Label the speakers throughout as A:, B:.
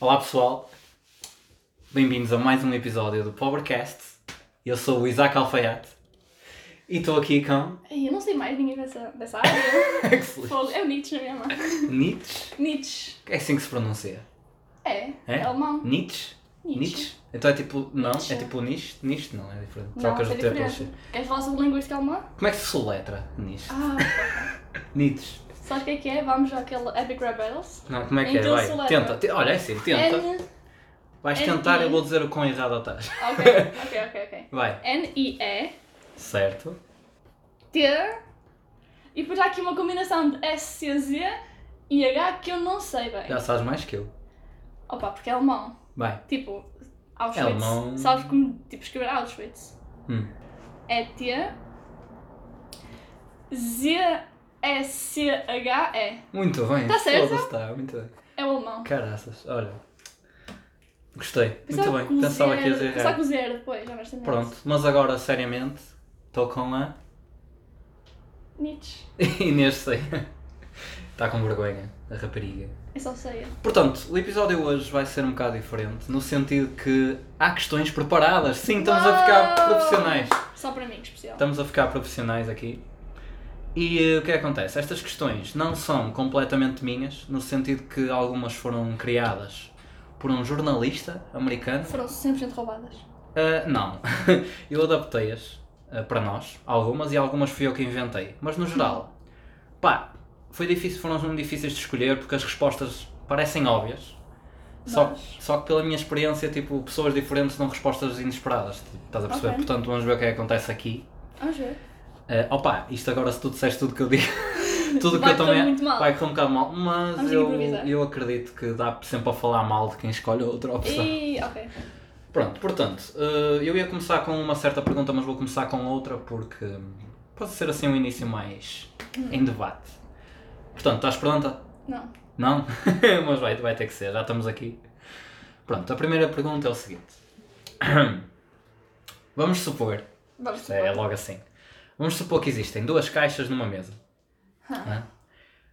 A: Olá pessoal, bem-vindos a mais um episódio do Powercast. Eu sou o Isaac Alfaiate e estou aqui com
B: Ai, Eu não sei mais ninguém dessa, dessa área.
A: Excelente.
B: Fogo. É o Nietzsche mesmo.
A: Nietzsche.
B: Nietzsche.
A: É assim que se pronuncia.
B: É.
A: É?
B: Alemão.
A: Nietzsche?
B: Nietzsche.
A: Então é tipo. Não,
B: Nietzsche.
A: é tipo Nietzsche? Nietzsche não, é diferente.
B: Não,
A: Trocas
B: isso é
A: o teu pelo
B: diferente.
A: Nietzsche.
B: Queres falar sobre linguística alemã?
A: Como é que se soletra Nietzsche?
B: Ah,
A: Nietzsche.
B: sabes o que é que é? Vamos àquele Epic Rap Battles.
A: Não, como é que
B: Então
A: é? Vai,
B: soletra.
A: tenta. Te- Olha, é assim, tenta.
B: N...
A: Vais
B: N-
A: tentar, eu
B: I.
A: vou dizer o quão errado estás.
B: Ok, ok, ok, ok.
A: Vai.
B: N-I-E.
A: Certo.
B: T. E depois há aqui uma combinação de S-C-Z e H que eu não sei bem.
A: Já sabes mais que eu.
B: Opa, porque é alemão.
A: Vai.
B: Tipo, Auschwitz.
A: É alemão.
B: Sabes como tipo, escrever Auschwitz?
A: Hum.
B: É T. Z. S. C. H. E.
A: Muito bem.
B: Tá certo?
A: Foda-se, tá, muito bem.
B: É o alemão.
A: Caraças, olha. Gostei,
B: Pensava
A: muito
B: que
A: bem. Então
B: o
A: Pensava
B: zero-
A: que ias
B: Pensava
A: errar.
B: que o zero depois, já bastante.
A: Pronto, mas agora, seriamente, estou com a
B: Nietzsche.
A: Inês Ceia. Está com vergonha, a rapariga.
B: É só ceia.
A: Portanto, o episódio hoje vai ser um bocado diferente, no sentido que há questões preparadas. Sim, estamos a ficar
B: Uau!
A: profissionais.
B: Só para mim, que especial.
A: Estamos a ficar profissionais aqui. E eh, o que é que acontece? Estas questões não são completamente minhas, no sentido que algumas foram criadas por um jornalista americano
B: Foram 100% roubadas.
A: Uh, não. eu adaptei-as uh, para nós, algumas, e algumas fui eu que inventei. Mas no geral, pá, foi difícil, foram difíceis de escolher porque as respostas parecem óbvias. Só,
B: Mas-
A: só que pela minha experiência, tipo, pessoas diferentes dão respostas inesperadas. tipo, Estás a perceber?
B: Ok.
A: Portanto, vamos ver o que é que acontece aqui.
B: Vamos ver.
A: Uh, opa, isto agora se tu disseste tudo que eu digo, tudo que
B: Vai
A: eu
B: correr
A: também
B: muito mal.
A: vai correr um bocado mal, mas
B: Vamos
A: eu,
B: improvisar.
A: eu acredito que dá sempre a falar mal de quem escolhe a outra opção.
B: E. Ok.
A: Pronto, portanto, eh, eu ia começar com uma certa pergunta, mas vou começar com outra porque hum, pode ser assim um início mais em debate. Portanto, estás pronta?
B: Não.
A: Não? mas vai, vai ter que ser, já estamos aqui. Pronto, a primeira pergunta é o seguinte. Vamos supor,
B: Vamos
A: isto é logo assim, vamos supor que existem duas caixas numa mesa.
B: Ah,
A: né?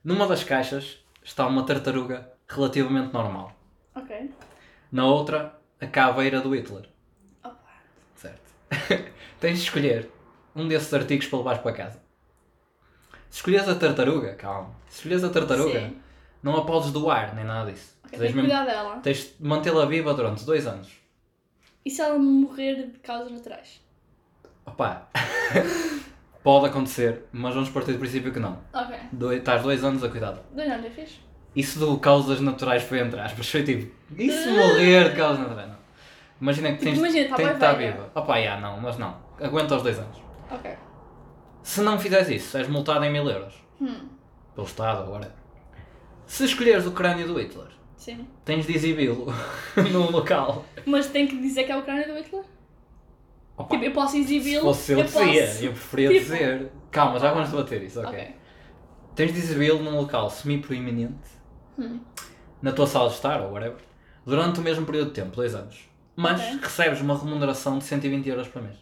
A: Numa das caixas está uma tartaruga relativamente normal.
B: Ok.
A: Na outra, a caveira do Hitler.
B: Opa.
A: Certo. Tens de escolher um desses artigos para levar para casa. Se escolheres a tartaruga, calma. Se escolheres a tartaruga,
B: Sim.
A: não a podes doar nem nada disso.
B: Ok,
A: tens,
B: tenho que
A: mesmo,
B: cuidar dela.
A: tens de mantê-la viva durante dois anos.
B: E se ela morrer de causas naturais?
A: Opá, pode acontecer, mas vamos partir do princípio que não.
B: Ok.
A: Doi- estás dois anos a cuidar dela.
B: Dois anos é fixe?
A: Isso do causas naturais foi entre aspas. Foi tipo, e se morrer de causas naturais? Não. Imagina que
B: Ah." Tipo,
A: tens,
B: imagina, tá
A: tem
B: bem
A: de estar
B: velha.
A: viva. Opá, já, não, mas não. Aguenta os dois anos.
B: Ok.
A: Se não fizeres isso, és multado em mil euros.
B: Hum.
A: Pelo Estado, agora. Se escolheres o crânio do Hitler,
B: Sim.
A: tens de exibi-lo num local.
B: Mas tem que dizer que é o crânio do Hitler?
A: Opa,
B: Tipo, eu posso
A: se
B: exibi-lo.
A: fosse eu
B: eu posso.
A: dizia, eu preferia
B: Tipo-
A: dizer. Calma, já vamos debater isso, ok.
B: Ok.
A: Tens de exibi-lo num local semi-proeminente,
B: Hum.
A: na tua sala de estar ou whatever, durante o mesmo período de tempo, dois anos. Mas
B: Ok.
A: recebes uma remuneração de 120 euros por mês.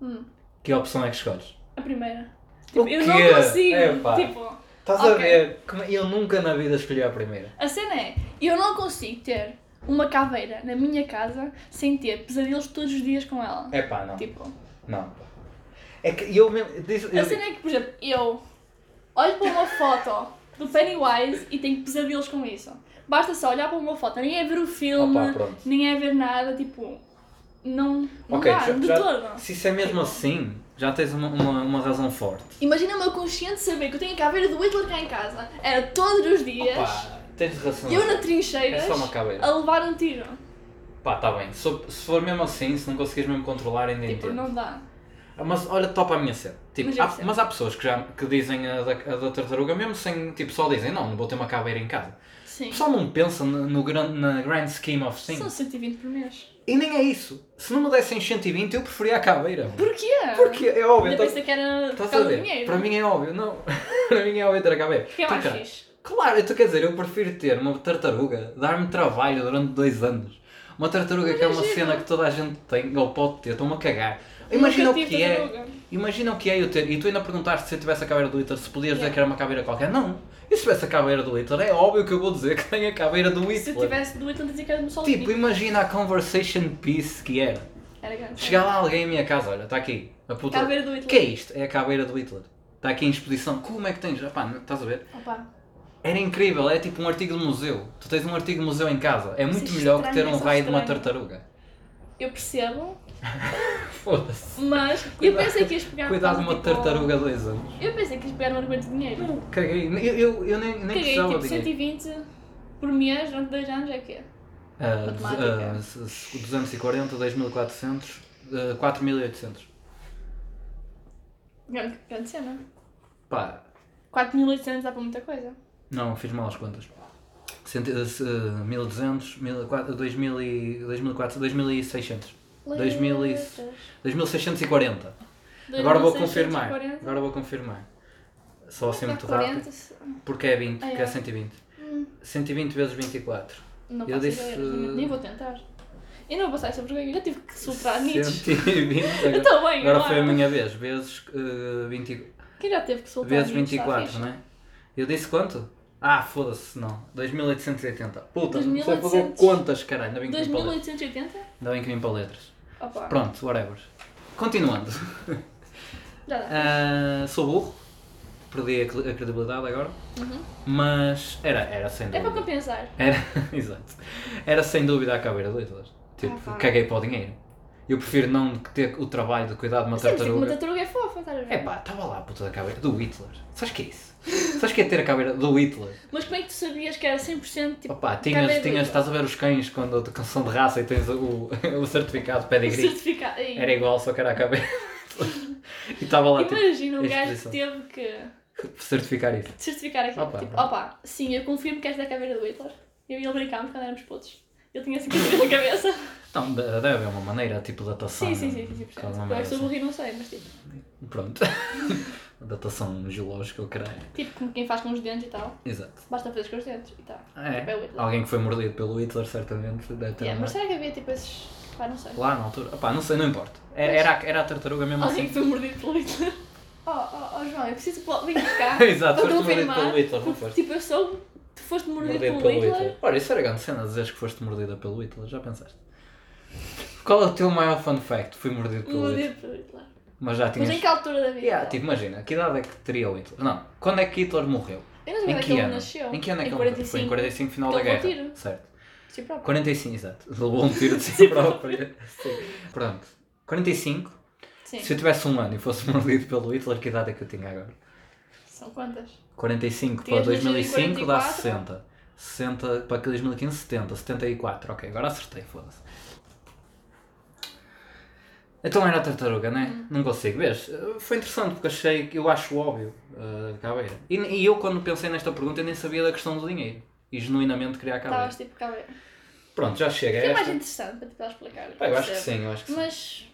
B: Hum.
A: Que opção é que escolhes?
B: A primeira. Tipo, eu não
A: quê?
B: consigo.
A: Epá.
B: Tipo,
A: Estás a
B: Ok.
A: ver? como Eu nunca na vida escolhi a primeira.
B: a cena é, eu não consigo ter uma caveira na minha casa sem ter pesadelos todos os dias com ela.
A: É pá, não.
B: Tipo,
A: Não. É que eu mesmo. diz-
B: a
A: eu-
B: cena é que, por exemplo, eu olho para uma foto do Pennywise e tenho pesadelos com isso. Basta só olhar para uma foto, nem é ver o filme,
A: Opa, pronto.
B: nem é ver nada, tipo, não, não
A: Ok,
B: dá,
A: já-
B: de
A: já-
B: todo.
A: Se isso é mesmo assim, já tens uma, uma, uma razão forte.
B: Imagina o meu consciente saber que eu tenho a caveira do Hitler cá em casa, era todos os dias,
A: Pá, tens razão.
B: eu na trincheira,
A: É só uma caveira.
B: a levar um tiro.
A: Pá, tá bem. Se, se for mesmo assim, se não conseguires mesmo controlar, ainda
B: Tipo,
A: entendo. Ah,
B: não dá.
A: Mas olha, topa a minha cena. Tipo,
B: Mas
A: mas,
B: eu
A: há,
B: percebo.
A: mas há pessoas que, já, que dizem a da, a da tartaruga, mesmo sem. Tipo, só dizem, não, não vou ter uma caveira em casa.
B: Sim.
A: O pessoal não pensa no, no gran, na grand scheme of
B: São
A: things.
B: 120 por mês.
A: E nem é isso. Se não me dessem 120, eu preferia a caveira.
B: Porquê?
A: Porque é óbvio.
B: Ainda
A: tá-
B: pensei que era por
A: Estás a
B: causa do
A: ver?
B: dinheiro.
A: Para mim é óbvio, não. Para mim é óbvio ter a caveira.
B: Porque é mais
A: Porque-
B: fixe.
A: Claro, tu quer dizer, eu prefiro ter uma tartaruga, dar-me trabalho durante dois anos. Uma tartaruga que é uma
B: Imagina.
A: cena que toda a gente tem, ou pode ter, estou-me a cagar. Imagina o
B: Nunca
A: que
B: tive
A: é.
B: tartaruga.
A: Imagina o que é eu ter. E tu ainda perguntaste se eu tivesse a caveira do Iter, se podias dizer
B: Yeah.
A: que era uma caveira qualquer. Não. E se tivesse a caveira do Iter, é óbvio que eu vou dizer que tenho a caveira do
B: Se
A: Iter.
B: eu tivesse um doente, eu dizia que era do Mussolini.
A: Tipo, imagina a conversation piece que era.
B: Era grande.
A: Chegar lá alguém à minha casa, olha, está aqui. A puta.
B: Caveira do Hitler.
A: que é isto? É a caveira do Hitler. Está aqui em exposição. Como é que tens? Epá, não- estás a ver?
B: Opa,
A: Era incrível, é tipo um artigo de museu. Tu tens um artigo de museu em casa. É muito
B: Isso é
A: melhor que ter
B: estranho,
A: um
B: isso é
A: raio de uma
B: estranho.
A: tartaruga.
B: eu percebo,
A: Foda-se.
B: mas eu
A: Cuidado-
B: pensei que ias pegar. por
A: Cuidado
B: causa,
A: uma
B: tipo,
A: tartaruga de dois anos.
B: Eu pensei que ias pegar no argumento de dinheiro.
A: Caguei. Eu, eu, eu nem, nem
B: Caguei,
A: precisava
B: tipo,
A: de dinheiro.
B: 120 por mês durante 2 anos é o quê?
A: Ah, du-
B: matemática.
A: ah, se- se- 240, 2400, ah, 4800.
B: Grande, grande cena.
A: Pá,
B: 4.800 dá para muita coisa.
A: não, fiz mal as contas. Cento- ah, se- ah, 1200, 1400, 2000 ah, e- 2400, 2600. 2000 e- 2640. Agora vou confirmar.
B: 2.640.
A: Agora vou confirmar. Só assim
B: Dá
A: muito rápido.
B: 40, se-
A: Porque é 20,
B: Ah,
A: que é
B: é.
A: 120.
B: Hum.
A: 120 vezes 24.
B: Não
A: Eu
B: faço
A: disse,
B: ideia, realmente, nem vou tentar. Eu não vou passar essa vergonha, eu já tive que superar Nietzsche.
A: 120.
B: Eu estou bem,
A: Agora foi a minha vez. Vezes, eh, 20,
B: Quem já teve que soltar
A: vezes
B: Nietzsche, está
A: 24,
B: fixe.
A: não é? Eu disse quanto? Ah, foda-se, não. 2880. Puta, não sei
B: 2800.
A: fazer contas, caralho. Ainda bem que vim para letras.
B: 2880?
A: Ainda bem que vim para letras.
B: Opa,
A: Pronto, whatever. Continuando.
B: já dá.
A: Ah, sou burro. Perdi a, cre- a credibilidade agora.
B: Uhum.
A: Mas era, era sem
B: É para
A: dúvida.
B: compensar.
A: Era, exato. Era sem dúvida a caveira de letras.
B: Ah,
A: Tipo,
B: claro.
A: caguei para o dinheiro. Eu prefiro não ter o trabalho de cuidar de uma
B: Sim, mas é que
A: tartaruga.
B: uma tartaruga é fofa, estás a ver?
A: É pá, estava lá a puta da caveira do Hitler. Sabes que é isso? Sabes que é ter a caveira do Hitler?
B: Mas como é que tu sabias que era 100% tipo.
A: Opa,
B: caveira
A: tinhas,
B: do
A: tinhas,
B: Hitler?
A: estás a ver os cães quando a canção de raça e tens o, o certificado de
B: O
A: pedigree.
B: certificado. Ei,
A: Era igual, só que era a caveira. do Hitler. E estava lá tipo,
B: Imagina um
A: a
B: gajo que
A: exposição.
B: teve que
A: certificar isso.
B: certificar aquilo.
A: Opa.
B: Tipo, opa, sim, eu confirmo que esta é a caveira do Hitler. Eu e ele brincámos quando éramos putos. Ele tinha assim caveira na cabeça.
A: Não, de- deve haver uma maneira, tipo datação.
B: Sim, sim, sim, sim, sim.
A: alguma
B: Eu
A: merda
B: acho que sou
A: assim.
B: burrinho, não sei, mas tipo.
A: Pronto. datação geológica, o caralho.
B: Tipo, como quem faz com os dentes e tal.
A: Exato.
B: Basta fazer com os dentes e tal. Tipo,
A: É.
B: é o Hitler.
A: Alguém que foi mordido pelo Hitler, certamente, deve ter.
B: Yeah,
A: uma-
B: mas será que havia tipo esses. Pá, não sei.
A: Lá na altura. Opá, não sei, não importa. Era, era, a- era a tartaruga mesmo
B: Alguém que
A: assim.
B: foi mordido pelo Hitler. Oh, oh, oh João, eu preciso que venhas cá.
A: Exato,
B: para
A: foste mordido
B: confirmar.
A: pelo Hitler, não
B: porque,
A: foste?
B: Tipo, eu soube. Tu foste mordido,
A: Mordido
B: pelo Hitler.
A: Olha, isso era grande cena, dizeres que foste mordida pelo Hitler, já pensaste? Qual é o teu maior fun fact? Fui mordido pelo Hitler.
B: Mordido pelo Hitler.
A: Mas já
B: Mas
A: tinhas.
B: em que altura da vida?
A: Yeah, tipo, imagina, que idade é que teria o Hitler? Não, quando é que Hitler morreu?
B: eu não sei
A: Em
B: quando é
A: que
B: que ele
A: ano?
B: nasceu.
A: Em que ano é que ele morreu? Foi em
B: 45.
A: 45, final
B: Ele
A: da guerra.
B: Então levou um tiro.
A: Certo.
B: Sim, próprio.
A: 45, exato. Levou um tiro de si próprio. Sim. Pronto. 45.
B: Sim.
A: Se eu tivesse um ano e fosse mordido pelo Hitler, que idade é que eu tinha agora?
B: São quantas?
A: 45 para
B: Tinhas nascido em
A: 2005 dá
B: 44?
A: 60. 60 para 2015, 70. 74. Ok, agora acertei, foda-se. Então era a tartaruga, né?
B: Hum.
A: Não consigo, vês? Eh, Foi interessante porque achei que eu acho óbvio eh, a caveira. E, e eu, quando pensei nesta pergunta, eu nem sabia da questão do dinheiro. E genuinamente queria a caveira.
B: Estavas tipo cá ver.
A: Pronto, já chega.
B: É
A: É, esta.
B: mais interessante para te dar a explicar.
A: Pá, eu acho que
B: percebe?
A: sim, eu acho que sim.
B: Mas.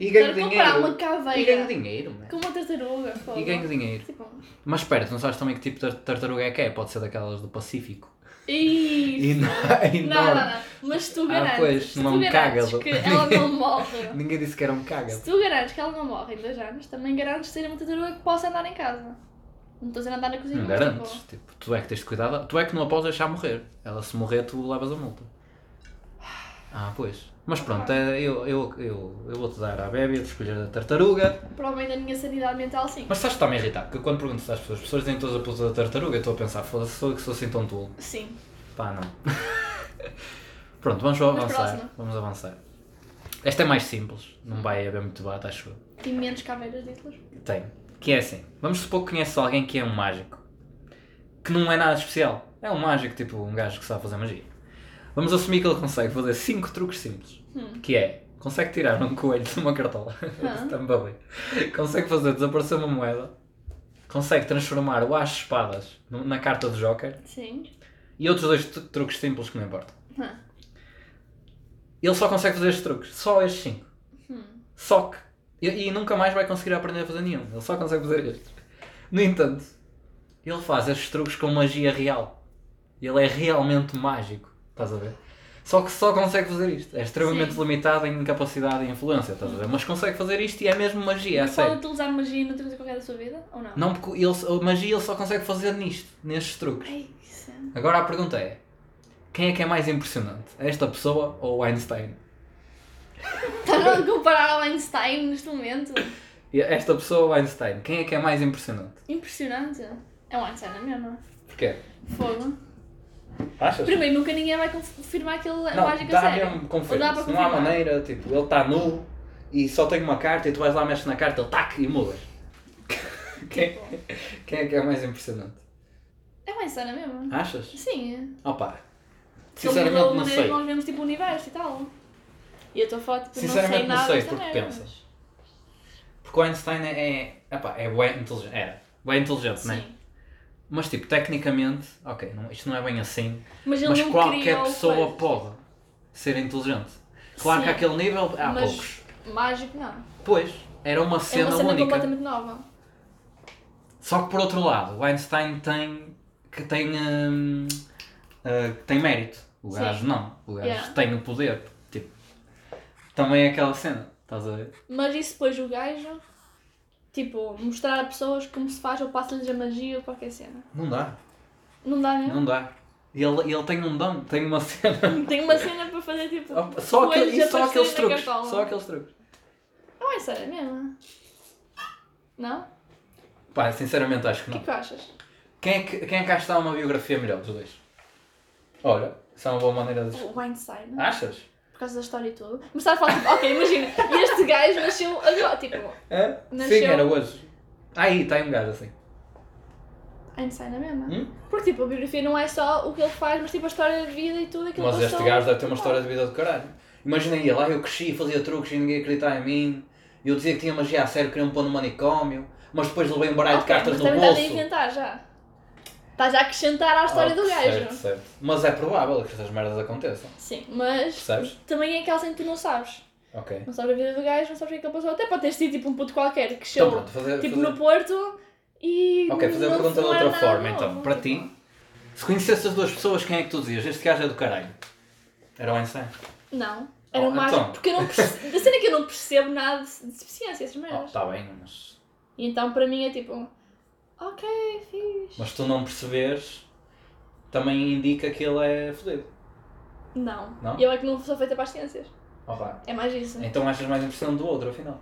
A: E ganho
B: Para comparar
A: dinheiro.
B: uma
A: E ganho
B: caveira
A: dinheiro, mano.
B: com uma tartaruga,
A: E ganho
B: foda.
A: dinheiro.
B: Tipo.
A: Mas espera, tu não sabes também que tipo de tartaruga é que é? Pode ser daquelas do Pacífico.
B: Ih,
A: E não, enorme.
B: Não, não, não. Mas tu
A: Ah,
B: garantes,
A: pois,
B: se
A: não
B: tu
A: me
B: garantes
A: cagas.
B: que ela não morre.
A: Ninguém disse que era um caga.
B: se tu garantes que ela não morre em dois anos, também garantes ter uma tartaruga que possa andar em casa. Não estou a dizer andar na cozinha,
A: Não
B: mas
A: garantes.
B: tipo,
A: Tipo, tu é que tens de cuidar. Tu é que não a podes deixar morrer. Ela se morrer, tu levas a multa. Ah, pois. Mas pronto, é- eu, eu, eu, eu vou-te dar à bébia de escolher a tartaruga.
B: tipo, para o bem da minha sanidade mental, sim.
A: Mas sabes que está-me a irritar? Porque quando pergunto às pessoas, as pessoas dizem todas a puta da tartaruga. Eu estou a pensar, foda-se, sou eu que sou assim tão tolo.
B: Sim.
A: Pá, não. Pronto, vamos
B: Mas
A: avançar.
B: próxima.
A: Vamos avançar. Esta é mais simples, não vai haver muito debate, acho eu.
B: Tem menos caveiras de Hitler.
A: Tem. Que é assim. Vamos supor que conheces alguém que é um mágico. Que não é nada especial. É um mágico, tipo um gajo que sabe fazer magia. Vamos assumir que ele consegue fazer cinco truques simples.
B: Hum.
A: Que é, consegue tirar um coelho de uma cartola.
B: Ah.
A: de também. Consegue fazer desaparecer uma moeda. Consegue transformar o as espadas no- na carta do Joker.
B: Sim.
A: E outros dois tru- truques simples que não importa.
B: Hã.
A: Ele só consegue fazer estes truques. Só estes 5.
B: Hum.
A: Só que. E, e nunca mais vai conseguir aprender a fazer nenhum. Ele só consegue fazer estes. No entanto, ele faz estes truques com magia real. Ele é realmente mágico. Estás a ver? Só que só consegue fazer isto. É extremamente
B: Sim.
A: limitado em capacidade e influência, estás a ver? Mas consegue fazer isto e é mesmo magia, é
B: Mas pode
A: sério.
B: utilizar magia e natureza qualquer da sua vida? Ou não?
A: Não porque ele, a magia ele só consegue fazer nisto, nestes truques.
B: Ei, que cena.
A: Agora a pergunta é: quem é que é mais impressionante? Esta pessoa ou o Einstein?
B: Estás a comparar ao Einstein neste momento?
A: E Esta pessoa ou o Einstein? Quem é que é mais impressionante?
B: Impressionante. É um Einstein, não é mesmo? não
A: Porquê?
B: é? Fogo.
A: Achas?
B: Primeiro, nunca ninguém vai confirmar que ele é
A: Não,
B: mágico
A: dá
B: a sério.
A: mesmo
B: Ou dá
A: confirma.
B: para
A: Não há
B: confirmar.
A: maneira, tipo, ele está nu e só tem uma carta e tu vais lá, mexes na carta, ele tac e mudas. Quem, quem é que é mais impressionante?
B: É um Einstein, não é mesmo?
A: Achas?
B: Sim.
A: Opa,
B: Se ele mudou a
A: sinceramente não
B: maneira
A: sei.
B: que nós vemos tipo o universo e tal. E eu estou a falar tipo, não sei
A: Sinceramente não
B: nada
A: sei
B: desta
A: porque
B: merda,
A: pensas. Porque o Einstein é, é, epá, é bem inteligente, era, bem
B: mas-
A: inteligente, né?
B: Sim.
A: Mas tipo, tecnicamente, ok, não, isto não é bem assim,
B: Mas ele
A: mas
B: não
A: qualquer
B: criou
A: pessoa
B: coisas.
A: pode ser inteligente. Claro que
B: Sim.
A: àquele nível há
B: Mas
A: poucos.
B: mágico não.
A: Pois, era uma
B: É
A: cena,
B: uma cena
A: única.
B: completamente nova.
A: Só que por outro lado, o Einstein tem que tem, hum, ah, que tem mérito. O
B: Sim.
A: gajo não. O gajo
B: Yeah.
A: tem o poder. Tipo, também é aquela cena, estás a ver?
B: Mas isso depois o gajo, tipo, mostrar a pessoas como se faz ou passa-lhes a magia ou qualquer cena.
A: Não dá.
B: Não dá
A: Não
B: mesmo?
A: dá. Ele, ele tem um dom, tem uma cena.
B: Tem uma cena para fazer tipo.
A: Só, aquele,
B: coelhos
A: e só aqueles
B: aparecerem na
A: truques.
B: cartola.
A: Só aqueles truques.
B: Não é sério mesmo? Não?
A: Pá, sinceramente acho que
B: O que é
A: não.
B: que achas?
A: Quem é que, quem é que acha que dá uma biografia melhor dos dois? Olha, isso é uma boa maneira de.
B: O Einstein,
A: Achas?
B: é? por causa da história e tudo. Mas está a falar tipo, ok, imagina, este gajo nasceu agora, tipo,
A: Hã? Sim,
B: Nasceu-
A: era hoje. Aí, está aí um gajo assim.
B: Einstein é mesmo?
A: Hum?
B: Porque tipo, a biografia não é só o que ele faz, mas tipo a história da vida e tudo aquilo
A: Mas
B: que ele
A: este
B: passou.
A: gajo deve ter uma história de vida do caralho. Imaginem ia lá, eu cresci, fazia truques e ninguém acreditava em mim. Eu dizia que tinha magia a sério, queriam me pôr no manicômio. Mas depois levei um baralho
B: Ok,
A: de cartas
B: mas
A: no
B: também
A: bolso.
B: estás a inventar já. Estás a acrescentar à história
A: Ah,
B: do gajo.
A: Certo, certo. Mas é provável que essas merdas aconteçam.
B: Sim, mas
A: Percebes?
B: também é aquela cena que tu não sabes.
A: Ok.
B: Não sabes a vida do gajo, não sabes o que é que ele passou. Até pode ter sido tipo um puto qualquer que
A: Então
B: cresceu
A: pronto, fazer.
B: tipo
A: fazer...
B: no Porto e.
A: Ok, fazer a
B: não
A: pergunta de
B: não era
A: outra
B: nada
A: forma
B: novo,
A: então. Para
B: tipo.
A: ti, se conhecesse as duas pessoas, quem é que tu dizias? Este gajo é do caralho. Era o Einstein.
B: Não. Era
A: Oh,
B: uma arte-
A: então.
B: Porque eu não percebo. da cena é que eu não percebo nada de de ciência, essas
A: Oh,
B: merdas.
A: está bem, mas.
B: E então para mim é tipo. Ok, fixe.
A: Mas tu não perceberes, também indica que ele é fodido.
B: Não.
A: Não?
B: Eu é que não sou feita para as ciências.
A: Opa.
B: É mais isso.
A: Então achas mais impressão do outro, afinal.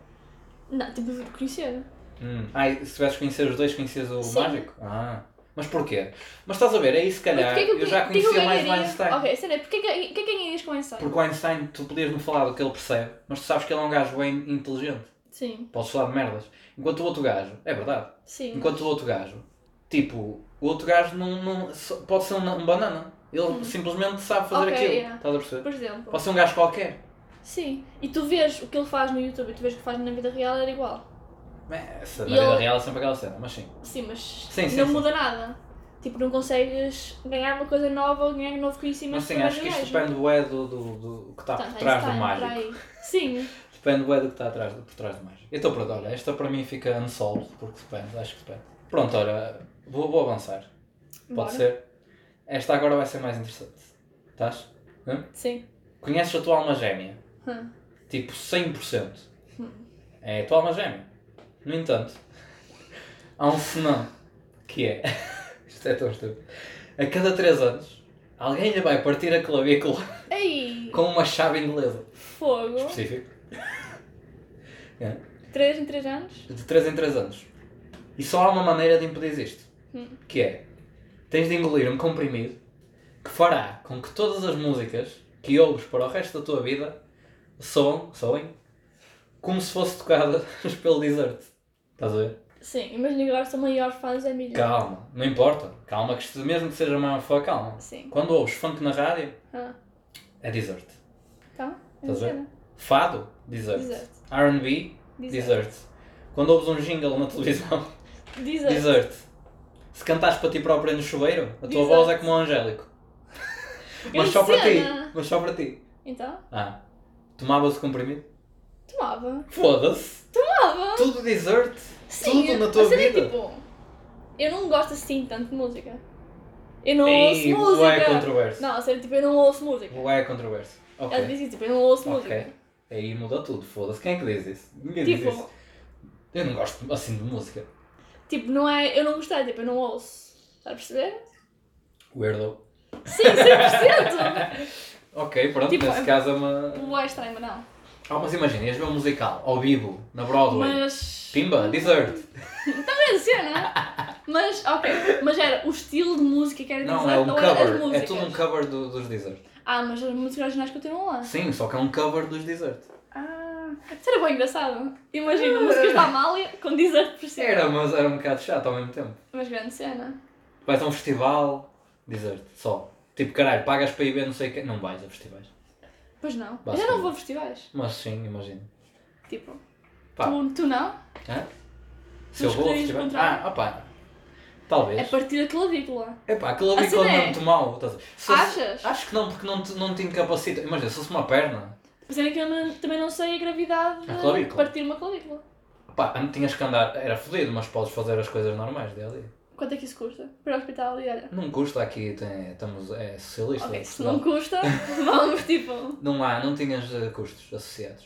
B: Não, tipo, de conhecer.
A: Hum. Ah, e se tivesses conhecer os dois, conhecias o
B: Sim.
A: mágico? Ah. Mas porquê? Mas estás a ver, aí se calhar
B: porquê
A: eu já
B: porquê é que eu
A: conhecia mais o
B: ganharia-
A: Einstein.
B: Ok, a cena é, porquê que porquê que eu ganharias com o Einstein?
A: Porque o Einstein, tu podias não falar do que ele percebe, mas tu sabes que ele é um gajo bem inteligente.
B: Sim,
A: Podes falar de merdas. Enquanto o outro gajo, é verdade,
B: sim.
A: enquanto o outro gajo, tipo, o outro gajo não, não- só- pode ser um, um banana. Ele simplesmente sabe fazer
B: Uhum. Ok,
A: aquilo.
B: yeah.
A: Estás a perceber?
B: Por exemplo.
A: Pode ser um gajo qualquer.
B: Sim. E tu vês o que ele faz no YouTube e tu vês o que faz na vida real, era igual.
A: É, Essa,
B: E
A: na vida
B: ele-
A: real é sempre aquela cena, mas sim.
B: Sim, mas
A: Sim, sim,
B: não
A: sim.
B: muda nada. Tipo, não consegues ganhar uma coisa nova ou ganhar um novo conhecimento.
A: Mas sim,
B: através
A: acho que
B: do
A: isto
B: gajo.
A: depende bué do, do, do que está
B: Tá,
A: por trás do
B: é Einstein,
A: mágico.
B: por aí. Sim,
A: Depende bué do que está atrás, por trás de mais. Então pronto, olha, esta para mim fica unsolved, porque depende, acho que depende. Pronto, olha, vou, vou avançar.
B: Bora.
A: Pode ser? Esta agora vai ser mais interessante. Estás? Hã?
B: sim.
A: Conheces a tua alma gêmea?
B: Hum.
A: Tipo 100%. É a tua alma gêmea. No entanto, há um senão, que é... Isto é tão estúpido. A cada 3 anos, alguém lhe vai partir a clavícula
B: Ei,
A: com uma chave inglesa.
B: fogo.
A: Específico. É.
B: 3 em 3 anos?
A: de 3 em 3 anos. E só há uma maneira de impedir isto,
B: Hum.
A: que é tens de engolir um comprimido que fará com que todas as músicas que ouves para o resto da tua vida soam, soem como se fosse tocadas pelo desert. Estás a ver?
B: Sim, imagina que agora sou maior fã da Emília.
A: Calma, não importa. Calma, que isto mesmo que seja maior fã, calma.
B: Sim.
A: Quando ouves funk na rádio,
B: Ah,
A: é desert.
B: então, é
A: Estás a ver?
B: cena.
A: Fado, desert.
B: Desert.
A: RB, desert. Quando ouves um jingle na televisão,
B: Desert.
A: Desert. Se cantares para ti próprio no chuveiro, a tua
B: Desert.
A: voz é como um angélico. Mas
B: Que
A: só para ti.
B: cena!
A: Mas só para ti.
B: Então,
A: Ah. Tomavas o comprimido?
B: tomava.
A: Foda-se.
B: Tomava!
A: Tudo desert.
B: Tá. Sim,
A: tudo na tua
B: a cena é
A: vida.
B: tipo, eu não gosto assim tanto de música. Eu não ouço
A: Ei, o é
B: música.
A: controverso.
B: Não, a sério, tipo, eu não ouço música.
A: O é controverso. Ok.
B: Ela disse tipo, eu não ouço
A: Ok.
B: música.
A: Aí muda tudo, foda-se. Quem é que diz isso? Ninguém diz isso.
B: Tipo,
A: Eu não gosto assim de música.
B: tipo, não é. Eu não gostei, tipo, eu não ouço. Estás a perceber?
A: Weirdo.
B: Sim, 100%!
A: Ok, pronto,
B: Tipo,
A: nesse
B: é-
A: caso é uma.
B: o é estranho, mas não.
A: Ah, mas imagina, ias ver um musical, ao vivo, na Broadway.
B: Mas.
A: Pimba, desert.
B: Também assim, não é? Mas, ok. Mas era o estilo de música que era
A: Não, é
B: dizer,
A: um
B: ou era as
A: cover.
B: músicas.
A: É tudo um cover do- dos desert.
B: Ah, mas as músicas originais continuam lá.
A: Sim, só que é um cover dos desert.
B: Ah, isso era bem engraçado. Imagina, músicas da Amália com desert por cima.
A: Era, mas era um bocado chato ao mesmo tempo.
B: Mas grande cena.
A: Vais a um festival, desert, só. Tipo, caralho, pagas para ir ver não sei quem. Não vais a festivais.
B: Pois não. Eu já
A: Basicamente.
B: não vou a festivais.
A: Mas sim, imagina.
B: Tipo,
A: Pá.
B: tu, tu não?
A: Hã? Se
B: Mas
A: eu vou a
B: escolhias
A: festivais.
B: contrário.
A: Ah, opá.
B: É
A: Talvez.
B: partir da clavícula.
A: Epá, aquilo ali
B: Assim
A: quando
B: é.
A: é muito mau. estás a ver? Se fosse-
B: Achas?
A: Acho que não, porque não te, não te incapacita. Imagina, se fosse uma perna,
B: Mas é que eu não- também não sei a gravidade
A: A
B: de
A: clavícula.
B: partir uma clavícula.
A: pá, tinhas que andar, era fodido, mas podes fazer as coisas normais dia a dia.
B: Quanto é que isso custa? Para o hospital e olha.
A: Não custa aqui, tem, estamos, é socialista.
B: Ok, se
A: Portugal.
B: não custa, vamos tipo.
A: não há, não tinhas eh, custos associados.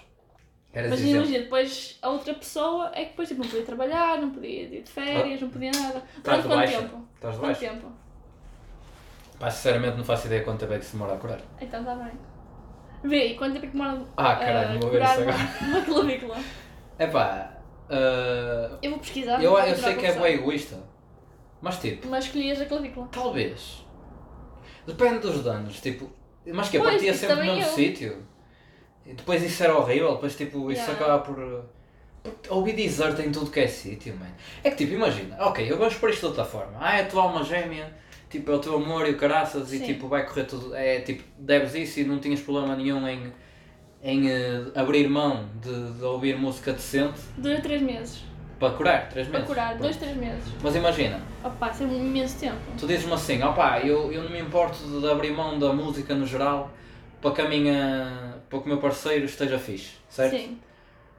A: Eras
B: Mas
A: isento.
B: imagina, depois a outra pessoa é que depois tipo, não podia trabalhar, não podia ir de férias, não podia nada.
A: Estás
B: Durante
A: de
B: quanto
A: Ah. baixa.
B: tempo?
A: Estás de
B: Quanto
A: baixo.
B: tempo?
A: Pá, sinceramente não faço ideia quanto tempo é que se demora a curar.
B: Então está bem. Vê, e quanto tempo é que demora
A: Ah,
B: a
A: caralho, não vou ver
B: curar
A: isso
B: uma-
A: agora.
B: uma clavícula?
A: Epá, eh,
B: Eu vou pesquisar.
A: eu,
B: vou
A: eu
B: procurar
A: sei que é
B: confusão.
A: bem egoísta, mas tipo,
B: Mas escolhias a clavícula.
A: Talvez. Depende dos danos, tipo. Mas que a
B: Pois,
A: partia
B: isso
A: sempre no
B: também
A: mesmo
B: eu.
A: sítio. E depois isso era horrível, depois tipo, isso
B: Yeah.
A: acaba por. por- Ouvir dizer tem tudo que é sítio, mano. É que tipo, imagina, ok, eu vou expor isto de outra forma. Ah, é a tua alma gêmea, tipo, é o teu amor e o caraças
B: Sim.
A: e tipo, vai correr tudo. É tipo, deves isso e não tinhas problema nenhum em, em eh, abrir mão de, de ouvir música decente
B: Dura 3 meses.
A: para curar, três
B: Para
A: meses.
B: curar,
A: Pronto.
B: 2, 3 meses.
A: Mas imagina,
B: Opa, isso é um imenso tempo.
A: Tu dizes-me assim, opá, eu, eu não me importo de abrir mão da música no geral para que a minha. para que o meu parceiro esteja fixe, certo?
B: Sim.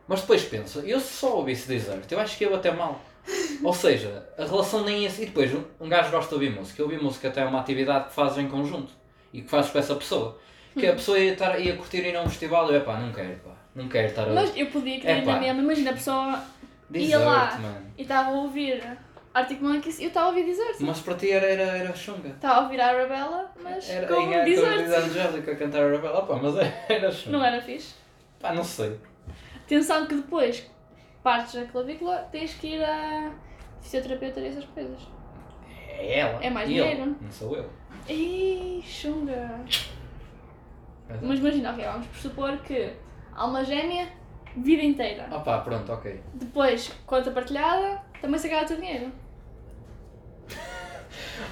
A: Mas depois penso, eu se só ouvisse dizer, eu acho que ia bater mal. Ou seja, a relação nem é assim. E depois um- um gajo gosta de ouvir música. Ouvir música até é uma atividade que fazes em conjunto e que fazes com essa pessoa. Que
B: Hum.
A: a pessoa ia, estar, ia curtir ir a um festival e eu, epá, não quero, pá, não quero estar a
B: Mas eu podia querer
A: Epá.
B: na mesma. Imagina a pessoa ia
A: dizer,
B: lá.
A: mano.
B: e estava a ouvir Arctic Monkeys e eu estava a ouvir Desert.
A: Mas para ti era, era, era chunga.
B: Estava a ouvir a Arabella, mas
A: Era
B: com
A: em a
B: Desert.
A: Angélica a cantar a Arabella, opá, mas era chunga.
B: Não era fixe.
A: Pá, não sei.
B: Atenção que depois partes da clavícula, tens que ir a fisioterapeuta e essas coisas.
A: É ela.
B: É mais
A: e eu.
B: dinheiro.
A: Não sou eu.
B: Ei, chunga!
A: Mas,
B: Mas imagina, ok, vamos supor que alma gêmea, vida inteira.
A: Ah pá, pronto, ok.
B: Depois, conta partilhada, também se acaba o teu dinheiro.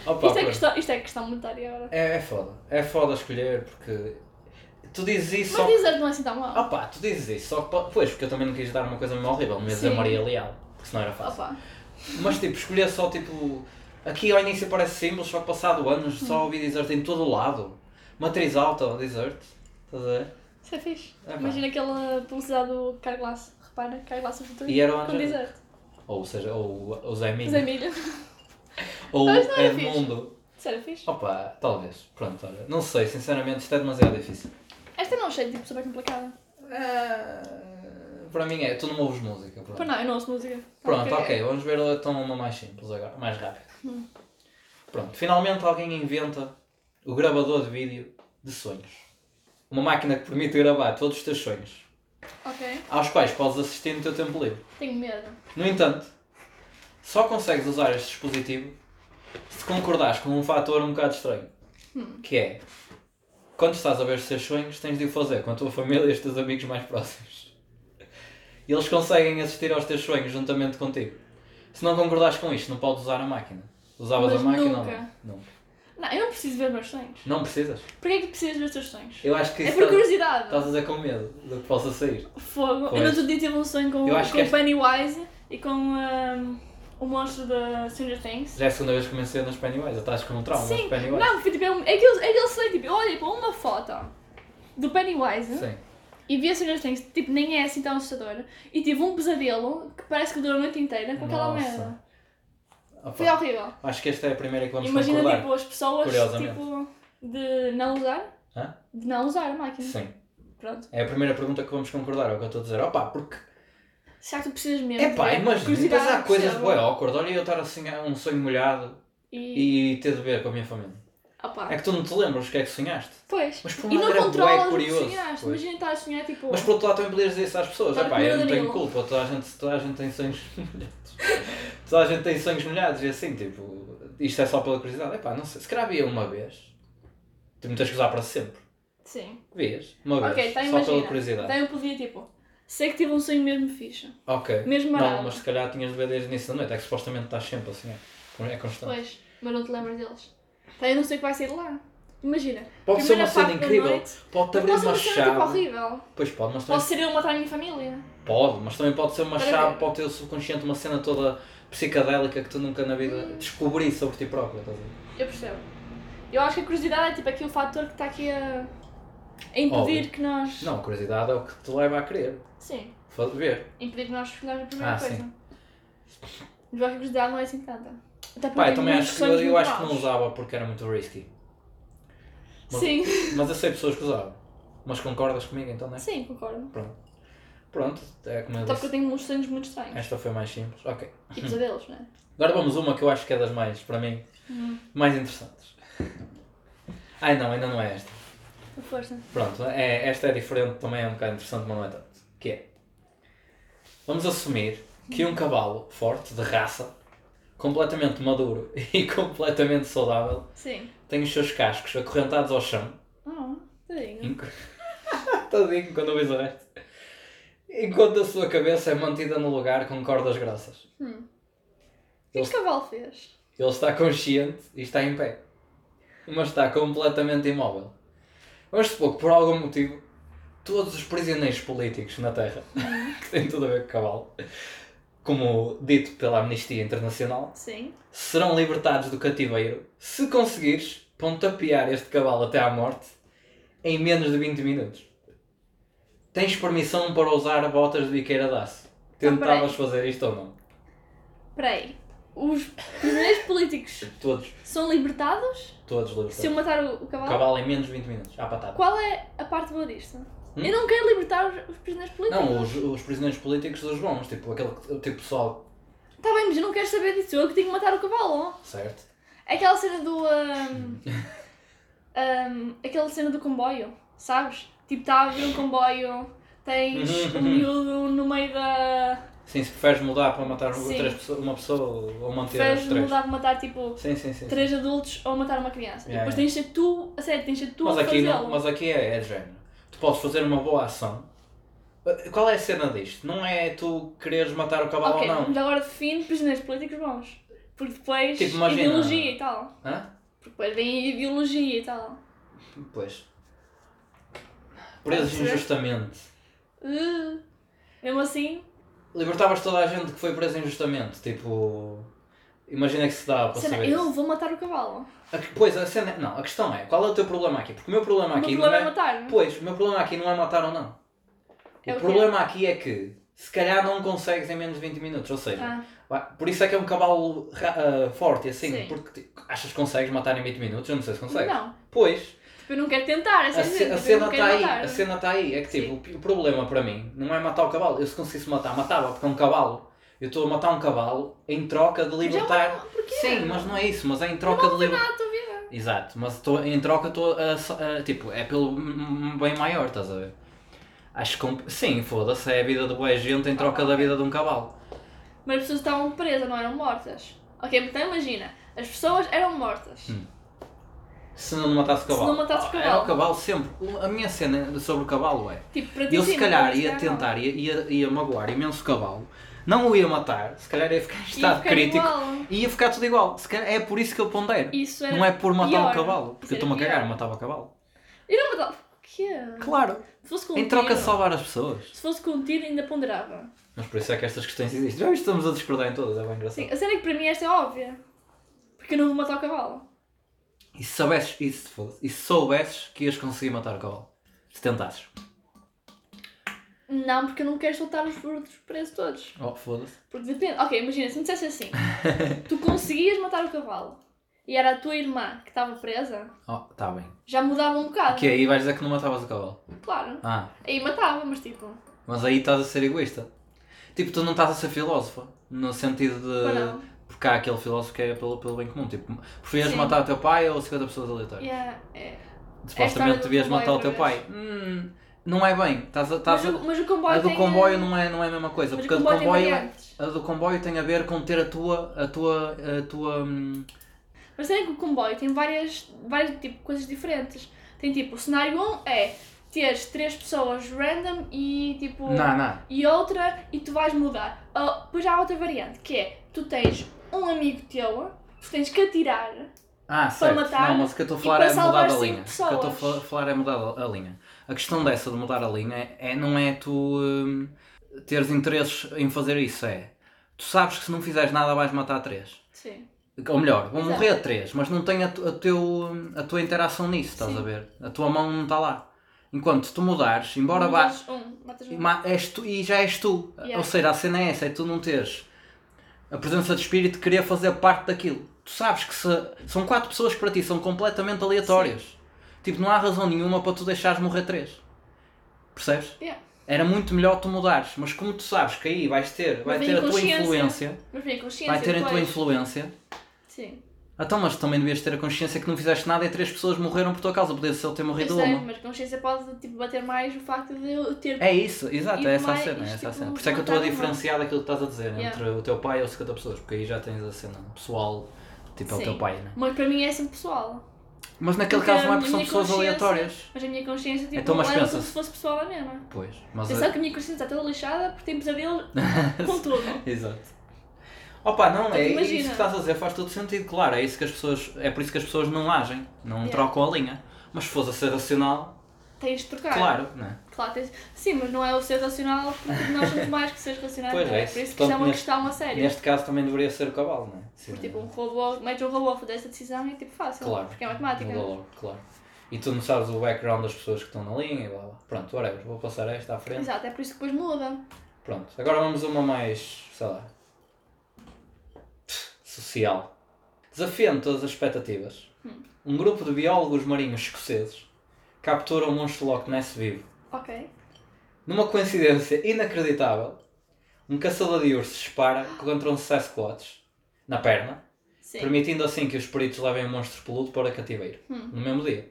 A: Ah pá,
B: Isto é,
A: pronto.
B: questão, isto é questão monetária agora.
A: É, é foda. É foda escolher porque. Tu dizes isso só.
B: Mas dizer não é assim tão
A: Ah
B: mal.
A: pá, tu dizes isso só que. po- Pois, porque eu também não quis dar uma coisa mesmo horrível, mas a
B: Sim.
A: Maria Leal, porque senão era fácil.
B: Opa,
A: Mas tipo, escolher só tipo. Aqui ao início parece simples, só que passado anos
B: Hum.
A: só ouvi dizer em todo o lado. Matriz alta, desert. Estás a ver?
B: isso é fixe.
A: É pá.
B: Imagina aquela publicidade do Carglass. Repara, Carglass o futuro.
A: E era o
B: Com
A: Angélica.
B: dizer.
A: Ou seja, ou o Zé Minho.
B: Zé Milho.
A: Ou
B: Mas não era
A: Edmundo.
B: Isso era fixe.
A: Opa, talvez. Pronto, olha. Não sei, sinceramente, isto é demasiado difícil.
B: Esta não achei tipo super complicada.
A: Ah, para mim é, tu não ouves música. Pronto,
B: Pois não, eu não ouço música.
A: pronto
B: Então,
A: ok, vamos ver então uma mais simples agora, mais rápido. Pronto, finalmente alguém inventa o gravador de vídeo de sonhos. Uma máquina que permite gravar todos os teus sonhos,
B: Ok.
A: aos quais podes assistir no teu tempo livre.
B: Tenho medo.
A: No entanto, só consegues usar este dispositivo se concordares com um fator um bocado estranho,
B: Hum.
A: que é quando estás a ver os teus sonhos, tens de o fazer com a tua família e os teus amigos mais próximos. E eles conseguem assistir aos teus sonhos juntamente contigo. Se não concordares com isto, não podes usar a máquina. Usavas
B: Mas
A: a máquina ou
B: nunca.
A: não? Nunca.
B: Não, eu não preciso ver meus sonhos.
A: Não precisas.
B: Porquê é que precisas ver os teus sonhos?
A: Eu acho que
B: É
A: isso
B: por
A: estás,
B: curiosidade.
A: estás a dizer com medo do que possa sair.
B: Fogo.
A: Pois.
B: Eu no outro dia tive um sonho com,
A: Eu acho
B: com
A: que
B: o Pennywise e com um, o monstro da Stranger Things.
A: Já é a segunda vez que comecei nas Pennywise. Já Estás com um trauma
B: Sim,
A: nas Pennywise.
B: não, porque tipo, é, um- é que eu, é que eu sei, tipo, eu olhei para uma foto do Pennywise né?
A: Sim.
B: e vi a Stranger Things, tipo, nem é assim tão assustador, e tive um pesadelo que parece que durou a noite inteira com aquela
A: Nossa.
B: merda.
A: Opa,
B: Foi horrível.
A: Acho que esta é a primeira que vamos
B: Imagina
A: concordar.
B: tipo as pessoas
A: curiosamente.
B: tipo, de não usar.
A: Hã?
B: De não usar a máquina.
A: Sim.
B: Pronto.
A: É a primeira pergunta que vamos concordar, é o que eu estou a dizer. Opa, porque.
B: Será que tu precisas mesmo?
A: É pá,
B: de
A: imagina,
B: curiosidade,
A: depois há coisas
B: percebo.
A: bué awkward. Olha eu estar assim a um sonho molhado
B: E.
A: e ter de ver com a minha família.
B: opá,
A: É que tu não te lembras o que é que sonhaste.
B: Pois.
A: Mas por um
B: E
A: lado
B: não
A: era
B: controlas
A: bué
B: o que
A: curioso. pois.
B: sonhaste. Imagina estar a sonhar tipo.
A: Mas por outro lado também podias dizer isso às pessoas,
B: Olha,
A: epá,
B: primeiro
A: eu não tenho
B: Danilo."
A: culpa, toda a gente, toda a gente tem sonhos molhados. toda a gente tem sonhos molhados e assim, tipo, isto é só pela curiosidade, epá, não sei, se calhar havia uma vez, tu não tens que usar para sempre,
B: Sim.
A: vês, uma vez,
B: Ok, então
A: só pela
B: imagina.
A: curiosidade.
B: Então eu podia tipo. Sei que tive um sonho mesmo fixe.
A: Ok,
B: Mesmo
A: não,
B: marado.
A: mas se calhar tinhas de ver desde o início da noite, é que supostamente estás sempre assim, é, é constante.
B: Pois. Mas não te lembras deles. Então eu não sei o que vai sair de lá. Imagina.
A: Pode ser uma
B: primeira
A: cena
B: parte da
A: incrível,
B: noite,
A: pode-te abrir
B: Pode ser
A: uma
B: uma cena tipo
A: chave,
B: horrível.
A: pois pode, mas também
B: Pode ser eu matar a minha família.
A: Pode, mas também pode ser uma
B: Para
A: chave
B: ver.
A: para o teu subconsciente, uma cena toda psicadélica que tu nunca na vida
B: Hum.
A: descobri sobre ti próprio. Estás a ver?
B: Eu percebo. Eu acho que a curiosidade é tipo aqui o fator que está aqui a, a impedir
A: Óbvio.
B: que nós.
A: Não, a curiosidade é o que te leva a querer.
B: Sim.
A: Faz ver.
B: Impedir que nós escolhamos a primeira
A: Ah,
B: coisa.
A: sim.
B: Mas eu acho que a curiosidade não é assim tanta. Até porque
A: Pá, eu
B: tem
A: também
B: muitos
A: acho que,
B: sonhos
A: eu
B: muito
A: acho que não
B: maus.
A: usava porque era muito risky. Mas-
B: Sim,
A: Mas eu sei pessoas que usavam. Mas concordas comigo então, não é?
B: sim, concordo.
A: Pronto, é como eu
B: Até Então, porque eu
A: disse.
B: tenho uns sonhos muito estranhos.
A: Esta foi mais simples. Ok.
B: E pesadelos, não é?
A: Agora vamos uma que eu acho que é das mais, para mim,
B: Hum.
A: mais interessantes. Ai não, ainda não é esta.
B: Com força.
A: Pronto, é, esta é diferente, também é um bocado interessante, mas não é tanto. Que é. Vamos assumir que um cavalo forte, de raça, completamente maduro e completamente saudável,
B: Sim.
A: tem os seus cascos acorrentados ao chão.
B: Oh, tadinho.
A: enqu- Tadinho, quando ouvis o resto. Enquanto a sua cabeça é mantida no lugar com cordas grossas.
B: Hum. O que
A: Ele,
B: este cavalo fez?
A: ele está consciente e está em pé. Mas está completamente imóvel. Vamos supor que por algum motivo todos os prisioneiros políticos na Terra, que têm tudo a ver com o cavalo, como dito pela Amnistia Internacional,
B: Sim.
A: serão libertados do cativeiro se conseguires pontapear este cavalo até à morte em menos de 20 minutos. Tens permissão para usar botas de biqueira de aço.
B: Então,
A: Tentavas fazer isto ou não?
B: Espera aí. Os prisioneiros políticos
A: Todos,
B: são libertados
A: todos
B: se eu
A: libertados.
B: matar o, o cavalo?
A: Cavalo em menos de 20 minutos, à patada.
B: Qual é a parte boa disto?
A: Hum?
B: Eu não quero libertar os, os prisioneiros políticos.
A: Não, os, os prisioneiros políticos dos bons, tipo aquele tipo pessoal,
B: Tá bem, mas eu não quero saber disso. Eu que tenho que matar o cavalo.
A: certo?
B: É aquela cena do. ahm, ahm, aquela cena do comboio, sabes? Tipo, está a vir um comboio, tens
A: Uhum,
B: um
A: uhum.
B: miúdo no meio da.
A: Sim, se preferes mudar para matar
B: Sim.
A: três pessoas, uma pessoa ou manter as
B: Preferes
A: três.
B: mudar para matar tipo
A: Sim, sim, sim.
B: três adultos ou matar uma criança.
A: Yeah,
B: e depois tens de ser tu, a sério, tens de ser tu
A: Mas
B: a
A: aqui, não,
B: fazê-lo.
A: mas aqui é, é de género. Tu podes fazer uma boa ação. Qual é a cena disto? Não é tu quereres matar o cavalo
B: ok,
A: ou não.
B: mas agora define prisioneiros políticos bons. Porque depois
A: Tipo, imagina-
B: ideologia e tal.
A: Hã?
B: Porque depois vem ideologia e tal.
A: Pois. Presos
B: ser.
A: injustamente.
B: Uh, mesmo assim,
A: Libertavas toda a gente que foi presa injustamente. Tipo. Imagina que se dá para
B: será,
A: saber.
B: eu
A: isso.
B: vou matar o cavalo.
A: A que- Pois, a cena. Não, a questão é: qual é o teu problema aqui? Porque o meu problema
B: O meu
A: aqui
B: problema é
A: não é.
B: matar. não é?
A: Pois, o meu problema aqui não é matar ou não.
B: É
A: o
B: o quê?
A: problema aqui é que se calhar não consegues em menos de 20 minutos. Ou seja,
B: Ah,
A: Vá, Por isso é que é um cavalo ra- ah, forte, assim,
B: Sim.
A: porque ti- achas que consegues matar em 20 minutos? Eu não sei se consegues.
B: não,
A: Pois,
B: tipo, eu não quero tentar, é
A: a, ce-
B: sério.
A: a
B: eu
A: cena
B: não
A: está
B: quero
A: aí,
B: matar.
A: a cena está aí. É que tipo, o pi- o problema para mim não é matar o cavalo. Eu se conseguisse matar, matava, porque é um cavalo. Eu estou a matar um cavalo em troca
B: é
A: de libertar. Sim, mas não é isso, mas é em troca de libertar.
B: Ah, tu viva.
A: Exato, mas estou em troca estou a, sa- a- Tipo, é pelo m- m- bem maior, estás a ver? Acho que. um- Sim, foda-se, é a vida de boa gente em troca da vida de um cavalo.
B: Mas as pessoas estavam presas, não eram mortas. Ok, então imagina, as pessoas eram mortas.
A: Hum. Se não matasse o
B: Se não
A: cavalo.
B: matasse o
A: Era
B: cavalo.
A: o cavalo sempre. O- A minha cena sobre o cavalo é.
B: Tipo, para ti
A: Eu
B: sim,
A: se
B: não
A: calhar
B: podes
A: ia
B: ter, não.
A: tentar, ia, ia, ia magoar imenso o cavalo, não o ia matar, se calhar ia ficar em
B: Ia
A: estado
B: ficar
A: crítico
B: igual.
A: e ia ficar tudo igual. Se calhar, é por isso que eu pondero.
B: Isso era...
A: Não é por matar o
B: pior.
A: cavalo,
B: Isso
A: porque eu
B: era
A: estou-me a cagar,
B: pior. Ah,
A: matava o cavalo.
B: Eu não matava. O quê?
A: Claro,
B: Se fosse com um
A: em troca de
B: tiro-
A: salvar as pessoas.
B: Se fosse com um tiro, ainda ponderava.
A: Mas por isso é que estas questões existem. Já estamos a discordar em todas, é bem engraçado.
B: Sim, a cena é que para mim esta é óbvia. Porque eu não vou matar o cavalo.
A: E se soubesses, e se, fosse- e se soubesses que ias conseguir matar o cavalo? Se tentasses.
B: Não, porque eu não quero soltar os outros preços todos.
A: Oh, foda-se.
B: Porque depende. Ok, imagina, se me dissesse assim: tu conseguias matar o cavalo e era a tua irmã que estava presa,
A: Oh, tá bem.
B: já mudava um bocado.
A: Que é aí vais dizer que não matavas o cavalo.
B: Claro.
A: Ah,
B: Aí matava, mas tipo.
A: mas aí estás a ser egoísta. Tipo, tu não estás a ser filósofa. No sentido de.
B: ou não.
A: Porque há aquele filósofo que é pelo, pelo bem comum. Tipo, preferias
B: Sim.
A: matar o teu pai ou 50 pessoas aleatórias?
B: Yeah, é. É a história
A: Supostamente
B: do
A: devias
B: comboio
A: matar o teu
B: outra vez.
A: pai. Hum, não é bem. Estás a.
B: Mas,
A: Estás a...
B: o, mas o
A: A
B: comboio.
A: do
B: tem, eh,
A: comboio não é, não é a mesma coisa,
B: Mas o
A: porque a do
B: comboio é- tem
A: comboio,
B: variantes.
A: a do comboio tem a ver com ter a tua, a tua, a tua, hum,
B: Mas tem que o comboio tem várias, várias tipo, coisas diferentes. Tem tipo, o cenário 1 é teres três pessoas random e tipo.
A: não, não,
B: E outra, e tu vais mudar. Ah, Depois há outra variante, que é tu tens um amigo teu, tu tens que atirar.
A: ah, certo,
B: matar
A: não, mas o que eu estou a
B: e
A: falar
B: para
A: é mudar
B: salvar
A: a
B: cinco
A: linha, o que eu estou a
B: pessoas.
A: fa- falar é mudar a linha, a questão dessa de mudar a linha é, não é tu hum, teres interesses em fazer isso, é, tu sabes que se não fizeres nada vais matar três,
B: Sim.
A: ou melhor, vão
B: Exato.
A: morrer três, mas não tem a, tu- a teu, a tua interação nisso, estás
B: Sim.
A: a ver, a tua mão não está lá, enquanto se tu mudares, embora vá
B: Matas um, matas
A: E
B: um.
A: ma- és tu- e já és tu.
B: Yeah.
A: Ou seja, a cena é essa, é tu não teres a presença de espírito de querer fazer parte daquilo. Tu sabes que se- são quatro pessoas que para ti, são completamente aleatórias. Tipo, não há razão nenhuma para tu deixares morrer três. Percebes?
B: Yeah.
A: Era muito melhor tu mudares, mas como tu sabes que aí vais ter, vai
B: Mas
A: ter
B: em
A: a tua
B: consciência.
A: influência,
B: Mas bem, consciência.
A: vai ter a tua
B: depois.
A: influência,
B: Sim.
A: então mas também devias ter a consciência que não fizeste nada e três pessoas morreram por tua causa, podia ser ele ter
B: Eu
A: morrido
B: sei,
A: uma.
B: mas é consciência pode tipo, bater mais o facto de eu ter.
A: É isso, exato,
B: E
A: é essa a
B: mais,
A: cena, é essa a
B: tipo,
A: cena. Por isso é que eu estou a
B: matar um
A: diferenciar daquilo que estás a dizer
B: Yeah.
A: entre o teu pai ou 50 pessoas, porque aí já tens a cena pessoal, tipo, é o
B: Sim.
A: teu pai, né?
B: Mas para mim é sempre pessoal.
A: Mas naquele
B: Porque
A: caso não
B: a
A: é porque são
B: minha
A: pessoas
B: consciência-
A: aleatórias.
B: Mas a minha consciência tipo,
A: Então, mas
B: leva
A: pensa-
B: como se fosse pessoal a mesma.
A: Pois, mas. é.
B: Pensava que a minha consciência está toda lixada porque tem pesadelo com tudo.
A: é, Exato. Opa, não, é
B: Imagina.
A: isso que estás a dizer, faz todo sentido, claro, é isso que as pessoas. É por isso que as pessoas não agem, não
B: Yeah.
A: trocam a linha. Mas se fosse a ser racional,
B: Tens de trocar.
A: claro, né?
B: Claro, tens... Sim, mas não é o ser racional porque nós somos mais que seres racionais.
A: Pois
B: não
A: é,
B: Por isso que
A: portanto,
B: isto é uma
A: neste-
B: questão a sério.
A: Neste caso também deveria ser o cavalo, né? Sim,
B: Porque, tipo, um robô, metes um robô a fazer essa decisão e é tipo fácil.
A: Claro.
B: Porque é matemática.
A: Mudou logo, claro. E tu não sabes o background das pessoas que estão na linha e blá blá. Pronto, whatever, vou passar esta à frente.
B: Exato, é por isso que depois muda.
A: Pronto, agora vamos a uma mais, sei lá, social. Desafiando todas as expectativas,
B: Hum.
A: um grupo de biólogos marinhos escoceses captura um monstro Loch Ness vivo.
B: Ok.
A: Numa coincidência inacreditável, um caçador de ursos dispara contra um Sasquatch na perna,
B: Sim.
A: permitindo assim que os peritos levem o monstro peludo para cativeiro,
B: Hum.
A: no mesmo dia.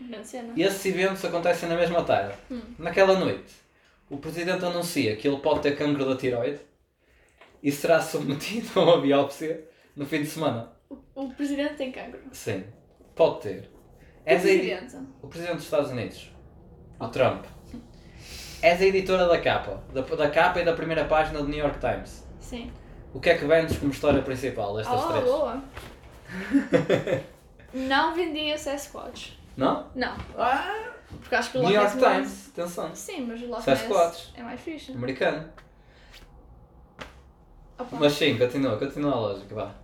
B: Grande cena.
A: E esses eventos acontecem na mesma tarde. Naquela noite, o presidente anuncia que ele pode ter cancro da tiroide e será submetido a uma biópsia no fim de semana.
B: O, o presidente tem cancro.
A: Sim, pode ter.
B: É
A: És a edi-
B: presidente.
A: o presidente dos Estados Unidos, o Trump, és a editora da capa, da, da capa e da primeira página do New York Times.
B: Sim.
A: O que é que vendes como história principal destas
B: Ah,
A: três?
B: boa. não vendia o Sasquatch.
A: Não?
B: Não.
A: Ah,
B: Porque acho que o
A: New York
B: Loch Ness não- é assim,
A: Times, atenção.
B: Sim, mas o Loch
A: Sasquatch.
B: Ness é mais fixe.
A: Americano.
B: Opa.
A: Mas sim, continua, continua a lógica, vá.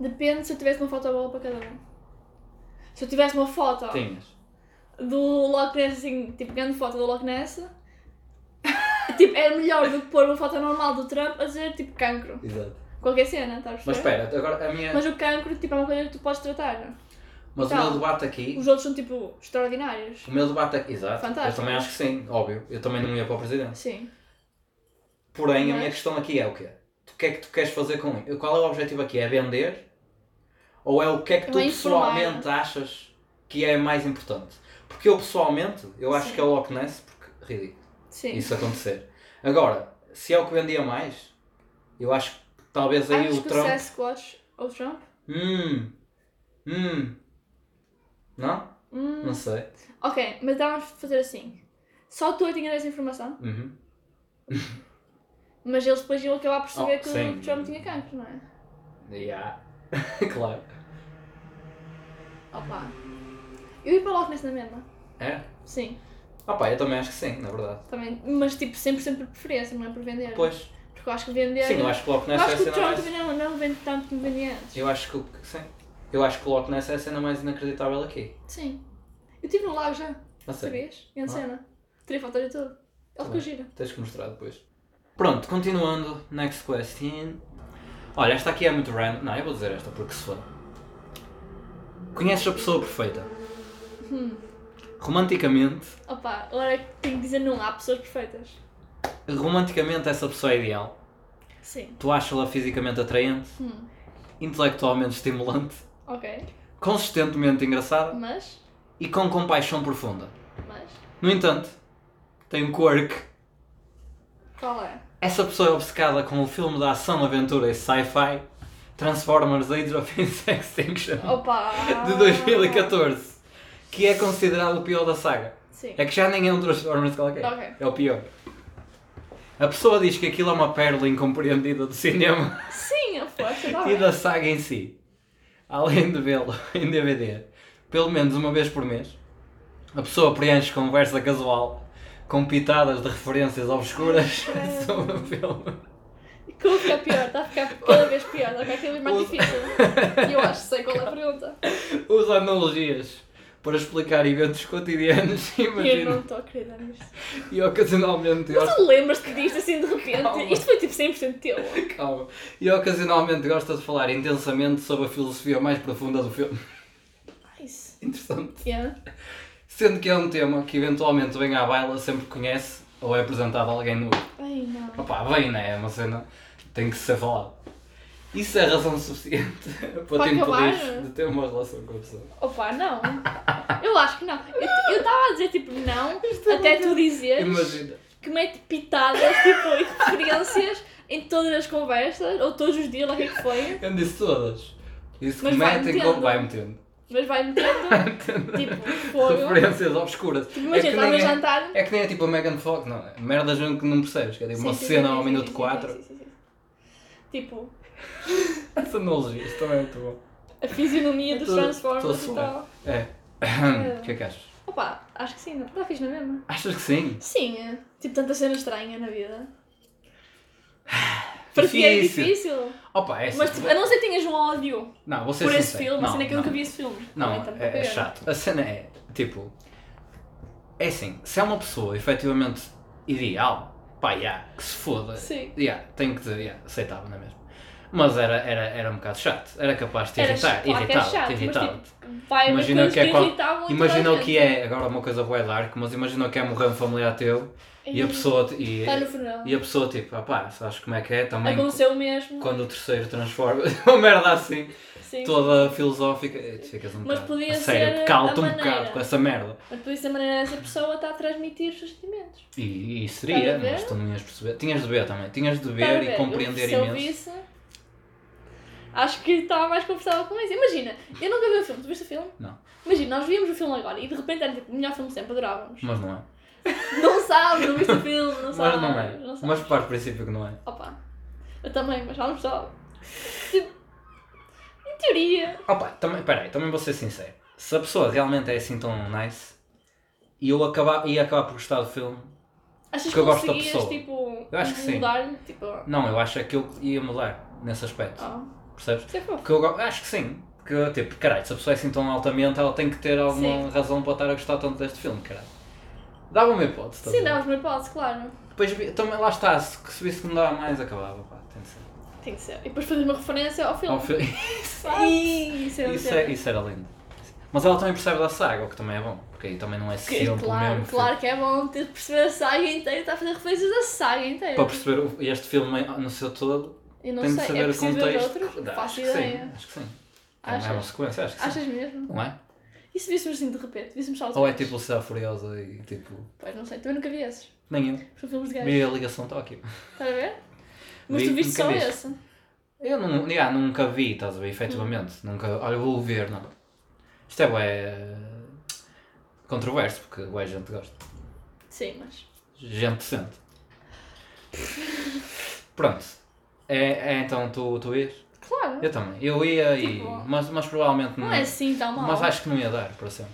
B: Depende se eu tivesse uma foto boa para cada um. Se eu tivesse uma foto
A: Tinhas.
B: do Loch Ness, assim, tipo, grande foto do Loch Ness, tipo, é melhor do que pôr uma foto normal do Trump a dizer, tipo, cancro.
A: Exato.
B: Qualquer cena, estás a
A: Mas
B: perceber?
A: espera, agora a minha.
B: É. Mas o cancro, tipo, é uma coisa que tu podes tratar.
A: Mas o
B: Tá.
A: meu debate aqui.
B: Os outros são, tipo, extraordinários.
A: O meu debate aqui. Exato.
B: Fantástico.
A: Eu também acho que sim, óbvio. Eu também não ia para o presidente.
B: Sim.
A: Porém, a
B: Mas-
A: minha questão aqui é o quê? O que é que tu queres fazer com isso? Qual é o objetivo aqui? É vender? Ou é o que é que
B: É
A: tu
B: informar.
A: pessoalmente achas que é mais importante? Porque eu pessoalmente, eu acho
B: Sim.
A: que é o Loch Ness, porque ridículo
B: Sim.
A: isso acontecer. Agora, se é o que vendia mais, eu acho que talvez aí
B: Achas
A: o
B: que
A: Trump.
B: o Sasquatch ou o Trump?
A: Hum. Hum. Não?
B: Hum.
A: Não sei.
B: Ok, mas dá vamos fazer assim. Só tu é que tinha essa informação,
A: Uhum.
B: mas eles depois iam acabar por saber
A: Oh,
B: que
A: sim.
B: o Trump tinha cancro, não é?
A: Yeah. claro.
B: Opa. Eu ia para o Loch Ness na mesma.
A: É?
B: Sim.
A: Ah pá, eu também acho que sim, na verdade.
B: Também, mas tipo, sempre, sempre por preferência, não é por vender.
A: Pois.
B: Porque eu acho que vender.
A: Sim, eu acho que o Loch
B: Eu
A: Ness é
B: acho
A: a
B: que o
A: cena
B: Trump
A: mais...
B: também não, não vende tanto como vendia antes.
A: Eu acho que... o- Sim. Eu acho que o Loch Ness é a cena mais inacreditável aqui.
B: Sim. Eu estive no lago já,
A: Não sei.
B: sabias? Em
A: Ah.
B: cena. Tirei fotos e tudo. Ele que o gira.
A: Tens que mostrar depois. Pronto, continuando. Next question. Olha, esta aqui é muito random. Não, eu vou dizer esta porque se for. Conheces a pessoa perfeita?
B: Hum.
A: Romanticamente,
B: Opa, agora é que tenho que dizer não há pessoas perfeitas.
A: romanticamente essa pessoa é ideal.
B: Sim.
A: Tu achas-la fisicamente atraente,
B: Hum.
A: intelectualmente estimulante,
B: Ok.
A: consistentemente engraçada
B: Mas,
A: e com compaixão profunda.
B: mas,
A: No entanto, tem um quirk.
B: qual é?
A: Essa pessoa é obcecada com o filme da ação, aventura e sci-fi Transformers Age of Extinction
B: Opa!
A: de 2014, que é considerado o pior da saga.
B: Sim.
A: É que já nem é um Transformers qualquer.
B: Ok.
A: É o pior. A pessoa diz que aquilo é uma pérola incompreendida do cinema
B: Sim, a força, tá
A: e
B: bem.
A: da saga em si. Além de vê-lo em DVD pelo menos uma vez por mês, a pessoa preenche conversa casual com pitadas de referências obscuras
B: Credo.
A: sobre o filme.
B: Como fica pior? Está a ficar cada vez pior, está a ficar cada vez mais difícil. E eu acho que sei qual é a pergunta.
A: Usa analogias para explicar eventos cotidianos,
B: Eu não
A: imagino,
B: estou a acreditar nisto.
A: e ocasionalmente
B: Mas
A: gosta,
B: tu lembras-te disto assim de repente?
A: Calma.
B: Isto foi tipo 100% teu.
A: calma, e ocasionalmente gosta de falar intensamente sobre a filosofia mais profunda do filme.
B: Nice.
A: Interessante.
B: Yeah.
A: Sendo que é um tema que eventualmente vem à baila sempre que conhece ou é apresentado a alguém novo.
B: Ai não.
A: Opa, vem, né? É uma cena que tem que ser falado. Isso é razão suficiente para
B: Para
A: te
B: acabar?
A: impedir de ter uma relação com a pessoa.
B: Opa, não. Eu acho que não. Eu estava a dizer tipo não, até tu dizeres
A: Imagina.
B: que mete pitadas tipo, e referências em todas as conversas, ou todos os dias, lá o que é que foi.
A: Eu não disse todas. Isso que
B: Mas vai
A: metem
B: metendo.
A: como vai metendo.
B: Mas vai metendo tipo fogo. Tipo,
A: Referências obscuras.
B: Imagina,
A: que
B: estás a
A: nem é-
B: jantar.
A: É que nem é tipo a Megan Fox, não é? Merda junto que não percebes, que é tipo uma
B: Sim, sim,
A: cena
B: sim,
A: ao
B: sim,
A: minuto
B: sim, sim,
A: 4.
B: sim, sim, sim. Tipo,
A: Essa analogia, isso também é muito bom.
B: a fisionomia dos
A: Tô- tô a
B: Transformers e
A: suar.
B: tal.
A: É. O que é que achas?
B: Opa, acho que sim, não. Está fixe na mesma.
A: Achas que sim?
B: Sim, é. tipo, tanta cena estranha na vida. Para ti é difícil.
A: Opa, é assim.
B: Mas tipo, a não ser que tenhas um ódio
A: Não, vocês
B: por esse filme, a cena que eu nunca vi esse filme.
A: Não,
B: Então, para
A: é, é
B: cagar.
A: chato. A cena é, tipo. É assim, se é uma pessoa efetivamente ideal, pá, yeah, que se foda.
B: Sim.
A: Yeah, tenho que dizer, yeah, aceitável, não é mesmo? Mas era, era, era um bocado chato, era capaz de te
B: Era
A: irritar,
B: claro que é chato,
A: irritava-te,
B: mas,
A: irritava-te.
B: tipo, vai haver
A: Imagina
B: coisas
A: que é
B: que
A: qual-
B: irritam muito
A: Imagina
B: toda a
A: o que
B: gente.
A: é, agora uma coisa bué dark, mas imagina o que é morrer um familiar teu e a
B: Ai,
A: pessoa, te- e,
B: Está Uhum. Tá no funeral.
A: e a pessoa tipo, ah pá, sabes como é que é também
B: Aconteceu mesmo.
A: quando o terceiro transforma, uma merda assim,
B: Sim.
A: toda filosófica, e tu ficas um
B: Mas
A: bocado,
B: podia
A: a sério,
B: ser
A: cala-te um
B: a maneira.
A: bocado com essa merda.
B: Mas por isso a maneira dessa pessoa está a transmitir os seus sentimentos.
A: E, e
B: Estás
A: seria,
B: a ver?
A: mas tu não ias perceber. Tinhas de ver também, tinhas de
B: Está Tá a
A: ver
B: ver?
A: e compreender
B: eu, se
A: imenso.
B: eu visse, acho que estava mais confortável com isso. Imagina, eu nunca vi o filme. Tu viste o filme?
A: Não.
B: Imagina, nós víamos o filme agora e de repente era tipo o melhor filme de sempre, adorávamos.
A: Mas não é.
B: Não sabes, não viste o filme, não
A: Mas
B: sabes.
A: não é.
B: não sabes.
A: Mas parte do princípio que não é.
B: Opa, eu também, mas vamos só. Tipo, em teoria.
A: Opa, também, peraí, também vou ser sincero. Se a pessoa realmente é assim tão nice e eu acabar, ia acabar por gostar do filme,
B: Achas
A: Porque
B: que
A: eu gosto da
B: conseguias,
A: pessoa.
B: tipo,
A: Eu acho que sim.
B: mudar-lhe? Tipo,
A: não, eu acho é que eu ia mudar nesse aspecto.
B: ah,
A: Percebes?
B: isso é fofo.
A: Porque eu go- acho que sim. Porque, tipo, caralho, se a pessoa é assim tão altamente, ela tem que ter alguma
B: Sim.
A: razão para estar a gostar tanto deste filme, caralho. Dava uma hipótese, estás a
B: Sim,
A: ver?
B: dá-vos uma hipótese, claro.
A: Depois, vi- também, lá está, se se visse que não dava mais, acabava, pá, tem de ser.
B: Tem que ser. E depois fazer uma referência ao filme.
A: Ao filme.
B: Ih, Isso é
A: Isso,
B: muito
A: é- isso era lindo. Mas ela também percebe da saga, o que também é bom, porque aí também não é
B: Que-
A: sempre o
B: claro,
A: mesmo
B: claro que é bom ter de perceber a saga inteira, está a fazer referências da saga inteira.
A: filme. Para perceber o- este filme no seu todo,
B: Eu não
A: tem de
B: sei,
A: saber
B: é
A: o
B: possível ver
A: contexto.
B: outros?
A: Dá,
B: Faço
A: acho que sim,
B: ideia.
A: acho que sim. É uma
B: Achas?
A: sequência, acho que sim.
B: Achas mesmo?
A: Não é?
B: E se víssemos assim de repente? Víssemos só os
A: Ou é
B: outros?
A: tipo Cidade Furiosa e tipo.
B: Pois não sei, também nunca vi esses.
A: Nem eu.
B: São filmes de gajos.
A: Vi a Ligação Tóquio.
B: Estás a ver? Mas
A: Vi-
B: tu viste só
A: nunca vi.
B: esse.
A: Eu não, yeah, nunca vi, estás a ver? Efetivamente.
B: Hum.
A: Nunca. Olha, vou ver, não. Isto é bué. controverso, porque bué gente gosta.
B: Sim, mas.
A: Gente decente. Pronto. É, é então tu, tu ias?
B: Claro.
A: Eu também. Eu ia e.
B: Tipo,
A: Mas, mas provavelmente não.
B: Não é assim tão mal.
A: mas acho que não ia dar para sempre.